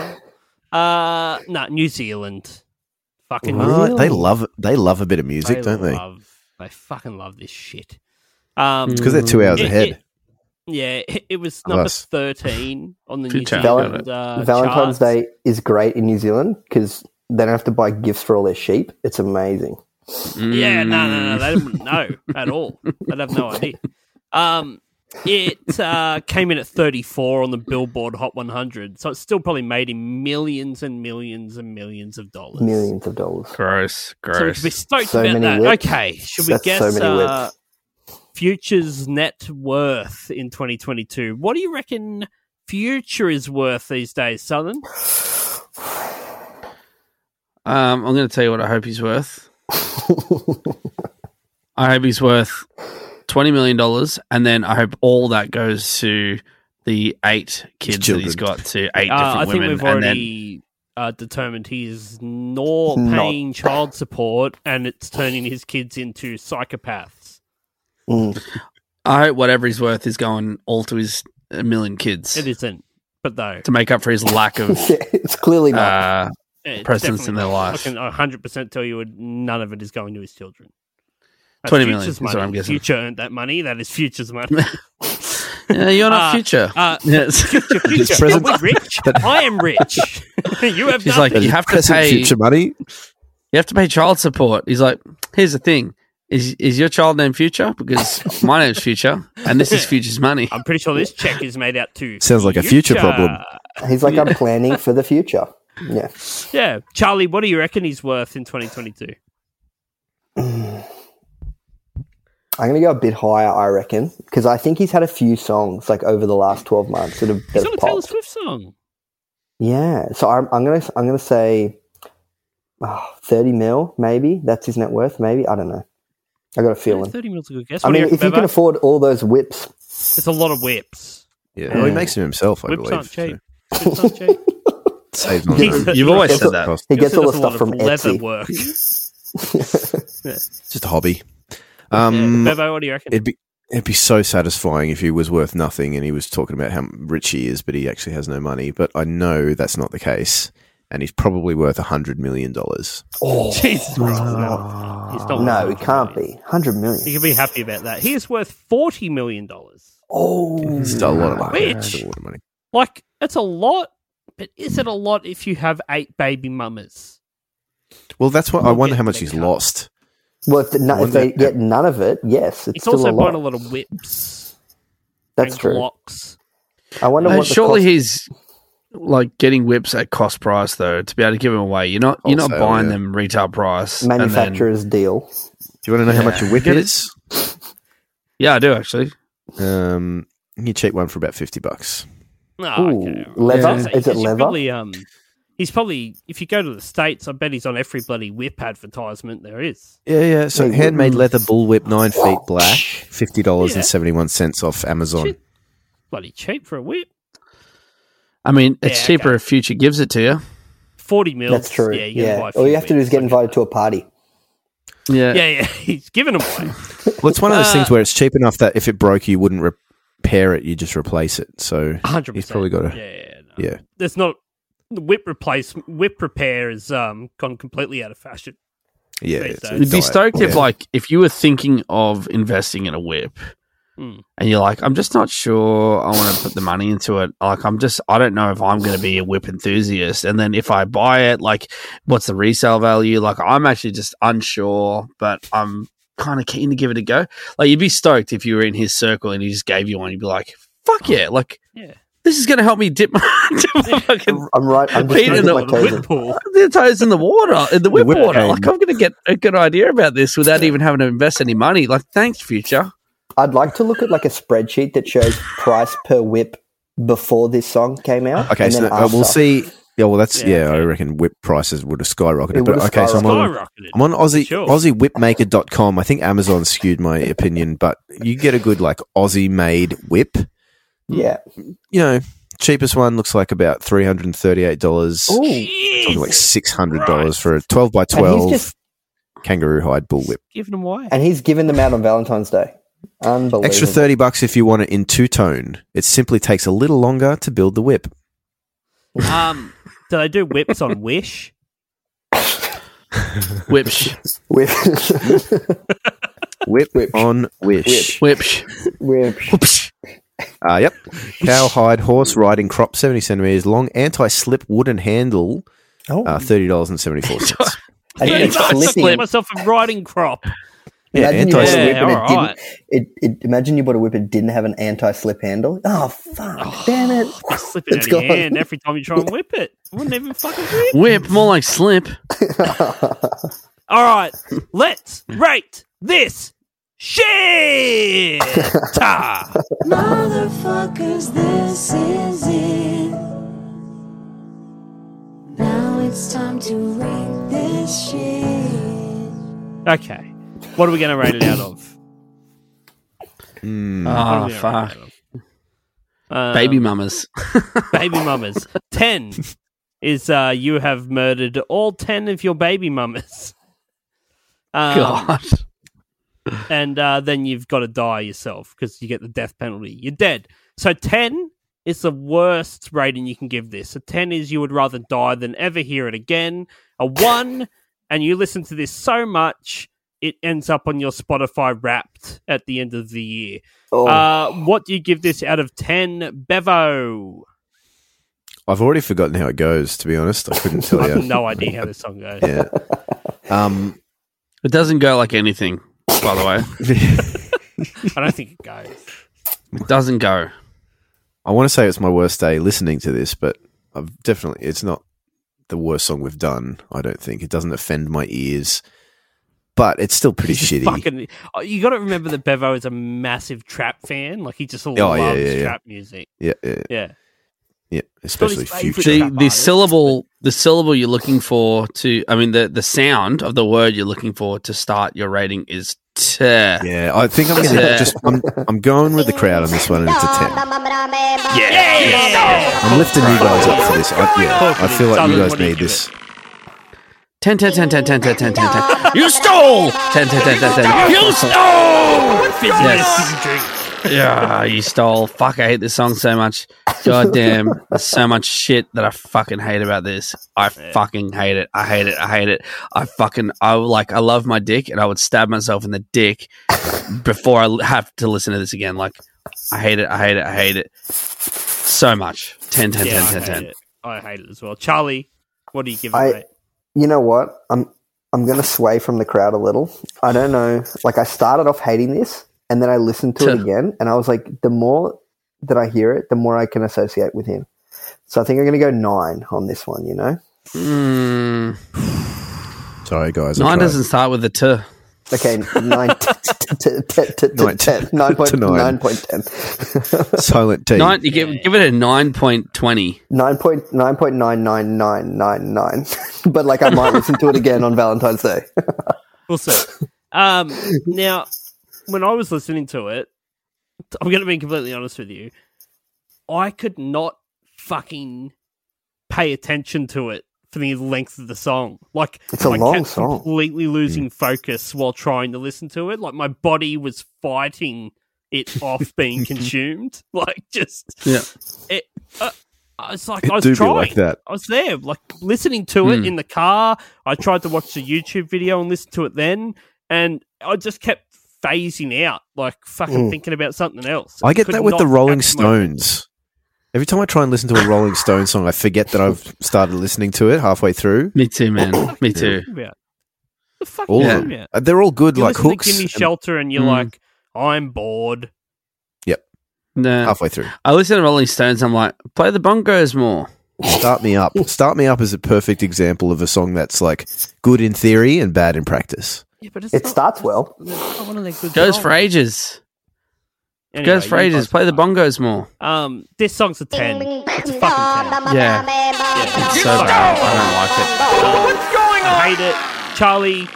C: Uh no, New Zealand. Fucking New
D: Right, they love they love a bit of music, don't they?
C: Love, they fucking love this shit.
G: Hmm.
C: Um
D: Because they're two hours
C: it-
D: ahead.
C: it- yeah, it, it was
D: Love
C: number
D: us.
C: thirteen on the
F: Good
C: New
F: chat.
C: Zealand uh, charts.
G: Valentine's Day is great in New Zealand because they don't have to buy gifts for all their sheep. It's amazing.
C: Yeah, no, no, no, they didn't know at all. They'd have no idea. Um, it uh, came in at 34 on the Billboard Hot 100, so it still probably made him millions and millions and millions of dollars.
G: Millions of dollars.
F: Gross,
C: So we should be
F: gross.
C: stoked
G: So
C: about
G: many
C: that.
G: whips.
C: Okay, should we
G: That's
C: guess
G: so many whips.
C: uh, Future's net worth in 2022? What do you reckon Future is worth these days, Southern?
F: Um, I'm going to tell you what I hope he's worth. I hope he's worth twenty million dollars, and then I hope all that goes to the eight kids that he's
D: children.
F: got to eight different
C: Uh, I think
F: women,
C: we've
F: and then
C: already uh, determined he is not
G: Not.
C: paying child support, and it's turning his kids into psychopaths.
G: Mm.
F: I hope whatever he's worth is going all to his a million kids
C: It isn't, but though
F: to make up for his lack of.
G: Yeah, it's clearly not.
F: Uh, presence in their life.
C: I can hundred percent tell you, none of it is going to his children.
F: 20 million
C: future's
F: is what
C: money.
F: I'm guessing.
C: Future earned that money. That is future's money.
F: yeah, you're not
C: Uh,
F: future.
C: Uh,
F: yes.
C: future, future.
D: present-
C: Are we rich? I am rich. you have
F: She's
C: nothing.
F: like, you have to
D: Present
F: pay.
D: future money.
F: You have to pay child support. He's like, here's the thing: is is your child named Future? Because my name's Future, and this is Future's money.
C: I'm pretty sure this check is made out to
D: Sounds like a future problem.
G: He's like, I'm planning for the future. Yeah.
C: Yeah, Charlie, what do you reckon he's worth in 2022?
G: I'm going to go a bit higher, I reckon, because I think he's had a few songs like over the last 12 months that have, that
C: He's
G: have
C: got a Taylor
G: popped.
C: Swift song.
G: Yeah. So I'm, I'm going to, I'm going to say oh, 30 mil, maybe. That's his net worth, maybe. I don't know. I got a
C: Yeah,
G: feeling.
C: 30 mil's a good guess.
G: I
C: What do
G: mean,
C: you
G: if you
C: reckon,
G: can
C: Bevo?
G: afford all those whips,
C: It's a lot of whips.
D: Yeah, well, he makes them himself, I
C: Whips
D: believe.
C: aren't cheap. Whips aren't cheap.
D: So saves on
C: He's-
D: that.
F: You've always
G: It's
F: said
G: a-
F: that.
D: Cost.
G: he
C: He
G: gets
C: also
G: all the
C: does a lot
G: stuff from
C: of leather
G: Etsy.
C: work.
D: It's just a hobby. Um,
G: Um,
C: Bevo, what do you reckon?
D: it'd be It'd be so satisfying if he was worth nothing and he was talking about how rich he is, but he actually has no money. But I know that's not the case, and he's probably worth a hundred million dollars.
G: Oh,
C: Jesus, he's not
G: no,
C: worth
G: he can't be. Hundred million.
C: You can be happy about that. He is worth forty million dollars.
G: Oh,
D: Still a lot of money.
C: Which-
D: Still a lot of money.
C: Like it's a lot, but is it a lot if you have eight baby mamas?
D: Well, that's what I wonder how much he's lost.
G: Well, if, the, no, if they get none of it, yes, it's,
C: It's
G: still
C: also
G: a lot.
C: bought a lot of whips.
G: That's
C: and
G: true.
C: Glocks.
G: I wonder
F: Uh,
G: what the
F: surely
G: cost-
F: he's like getting whips at cost price though to be able to give them away. You're not you're not
D: Wholesale,
F: buying
D: yeah.
F: them retail price. and then-
G: manufacturer's deal.
D: Do you want to know how much a whip
F: Get it?
D: is?
F: yeah, I do actually.
D: Um, you can check one for about fifty bucks.
C: No,
G: Ooh,
C: okay.
G: leather?
C: I was gonna
G: Is it
C: he's
G: leather?
C: Probably, um, he's probably. If you go to the states, I bet he's on every bloody whip advertisement there is.
D: Yeah, yeah. So
G: Wait,
D: handmade
G: what-
D: leather bullwhip, nine feet black, fifty dollars seventy one off Amazon.
C: Shit. Bloody cheap for a whip.
F: I mean, it's
C: Yeah,
F: cheaper
C: okay.
F: if Future gives it to you.
C: Forty mil.
G: That's true.
C: Yeah,
G: Yeah.
C: you can buy a few
G: All you have to do
C: whips.
G: is get
C: I
G: invited to a party.
F: Yeah,
C: Yeah, yeah. He's giving them away.
D: Well, it's one of those things where it's cheap enough that if it broke, you wouldn't repair it; you just replace it. So
C: hundred percent.
D: he's probably got a
C: Yeah, yeah, no.
D: yeah.
C: There's not the whip replace whip repair has um gone completely out of fashion.
D: Yeah,
C: These
D: it's
C: days.
D: a
F: You'd be
D: diet.
F: stoked if,
D: Yeah.
F: like, if you were thinking of investing in a whip,
C: Mm.
F: and you're like, I'm just not sure I want to put the money into it. Like, I'm just, I don't know if I'm going to be a whip enthusiast. And then if I buy it, like, what's the resale value? Like, I'm actually just unsure, but I'm kind of keen to give it a go. Like, you'd be stoked if you were in his circle and he just gave you one. You'd be like, fuck yeah, like,
C: Yeah.
F: this is going to help me dip my, dip my fucking
G: I'm right. I'm just
F: Wait,
G: gonna
F: no,
G: dip my toes in.
C: Whip pool.
F: their toes in the water, in the whip,
D: whip
F: water.
D: game.
F: Like, I'm going to get a good idea about this without even having to invest any money. Like, thanks, future.
G: I'd like to look at like a spreadsheet that shows price per whip before this song came out.
D: Okay,
G: and
D: so
G: then
D: uh, we'll
G: after.
D: see. Yeah, well, that's yeah.
C: Yeah,
D: I reckon whip prices would have skyrocketed.
G: It
D: but
G: would've
D: okay, so I'm on,
C: Skyrocketed.
D: I'm on Aussie
C: Sure.
D: AussieWhipmaker.com. I think Amazon skewed my opinion, but you get a good like Aussie made whip.
G: Yeah.
D: You know, cheapest one looks like about three hundred and thirty eight dollars,
C: Jeez.
D: like six hundred dollars for a twelve by
G: And he's
D: twelve
G: just
D: kangaroo hide bull whip.
C: giving them away.
G: and he's given them out on Valentine's Day. Unbelievable.
D: Extra thirty bucks if you want it in two tone. It simply takes a little longer to build the whip.
F: Um,
C: Do they do whips on Wish?
F: whipsh,
G: Whip.
D: Whip,
G: Whip.
D: on wish.
F: whipsh,
G: Whip.
F: whipsh.
D: Uh, yep. Cowhide horse riding crop, 70 centimeters long, anti slip wooden handle,
G: Oh.
D: uh, $30.74.
G: And then
C: Yeah,
G: it's
C: I
G: slipping.
C: slip myself a riding crop.
D: yeah,
G: Imagine you
D: anti
G: bought a
C: anti-slip.
G: whip
C: Yeah,
G: and it didn't.
C: alright.
G: It, it, imagine you bought a whip and it didn't have an anti-slip handle. Oh fuck! damn it!
C: I slip it out of
G: It's
C: your
G: gone.
C: hand every time you try and whip it. I wouldn't even fucking whip.
F: Whip, more like slip.
C: All right, let's rate this shit.
J: Motherfuckers, this is it. Now it's time to rate this shit.
C: okay, what are we going to rate it out of?
F: Ah,
C: Yeah,
F: fuck.
C: Uh,
F: Baby mamas.
C: baby mamas. Ten is uh, you have murdered all ten of your baby mamas. Um,
F: God.
C: and uh, then you've got to die yourself because you get the death penalty. You're dead. So ten is the worst rating you can give this. A ten is you would rather die than ever hear it again. A one, and you listen to this so much it ends up on your Spotify Wrapped at the end of the year.
G: Oh,
C: Uh, what do you give this out of ten, Bevo?
D: I've already forgotten how it goes, to be honest. I couldn't
C: I
D: tell
C: have
D: you.
C: no idea how this song goes.
D: Yeah. Um,
F: It doesn't go like anything, by the way.
C: I don't think it goes.
F: It doesn't go.
D: I want to say it's my worst day listening to this, but I've definitely, it's not the worst song we've done, I don't think. It doesn't offend my ears, but it's still pretty shitty.
C: Fucking, oh, you got to remember that Bevo is a massive trap fan. Like he just loves
D: Oh, yeah, yeah.
C: trap music.
D: yeah, yeah,
C: Yeah,
D: yeah, especially
C: his favourite
D: future.
C: trap
F: the, the
C: artist.
F: syllable the syllable you're looking for to I mean the the sound of the word you're looking for to start your rating is t.
D: Yeah, I think I'm going to
F: Yeah.
D: just. I'm, I'm going with the crowd on this one, and it's a ten. I'm lifting you guys up for this. I, yeah, I feel like you guys need this.
F: 10, 10, 10, 10, 10, 10, 10, 10, 10. You stole! 10, 10, 10, 10, 10.
J: You stole!
F: Yes. Yeah, you stole. Fuck, I hate this song so much. God damn. There's so much shit that I fucking hate about this. I fucking hate it. I hate it. I hate it. I fucking, I like, I love my dick and I would stab myself in the dick before I l- have to listen to this again. Like, I hate it. I hate it. I hate it. So much. 10, 10,
C: Yeah,
F: 10,
C: I
F: 10, 10.
C: hate it. I hate it as well. Charlie, what do you give it?
G: I-
C: mate?
G: You know what? I'm I'm gonna sway from the crowd a little. I don't know. Like I started off hating this, and then I listened to it
F: Huh.
G: again, and I was like, the more that I hear it, the more I can associate with him. So I think I'm gonna go nine on this one. You know?
F: Mm,
D: Sorry, guys. I
F: nine
D: tried.
F: doesn't start with the T.
G: Okay, nine t- t- t- t- t- t-
D: Nine.
G: ten. Nine point
D: To nine.
G: nine point ten.
D: Silent T.
F: Nine, you give, give it a 9.20.
G: Nine point nine point nine nine nine nine nine. But like I might listen to it again on Valentine's Day.
C: We'll see. Um, now, when I was listening to it, I'm going to be completely honest with you. I could not fucking pay attention to it for the length of the song. Like
G: It's a
C: I
G: long
C: kept
G: song.
C: Completely
D: Hmm.
C: losing focus while trying to listen to it. Like my body was fighting it off being consumed. Like just
F: Yeah.
C: It, uh, I was like,
D: It
C: I was
D: do be
C: trying.
D: like that.
C: I was there, like listening to
D: Hmm.
C: it in the car. I tried to watch the YouTube video and listen to it then, and I just kept phasing out, like fucking thinking about something else.
D: I get
C: Could
D: that with
C: not
D: the Rolling
C: catch my-
D: Stones. Every time I try and listen to a Rolling Stone song, I forget that I've started listening to it halfway through.
F: Me too, man. Me too.
C: About. The fuck
D: All
C: you
D: of
C: talking
D: them.
C: about?
D: Uh, They're all good,
C: You
D: like
C: listen to
D: hooks.
C: Gimme
D: and Hmm.
C: Shelter, and you're
F: Mm.
C: like, I'm bored.
F: No.
D: halfway through.
F: I listen to Rolling Stones. I'm like, play the bongos more.
D: Start Me Up. Start Me Up is a perfect example of a song that's like good in theory and bad in practice.
C: Yeah, but it's
G: It starts well.
C: one of their good
F: Goes for ages.
C: Anyway,
F: Goes for
C: you
F: ages.
C: guys-
F: Play the bongos more.
C: Um, this song's a ten. It's a fucking ten.
F: Yeah. It's so bad. I don't like it.
C: I hate it. Charlie,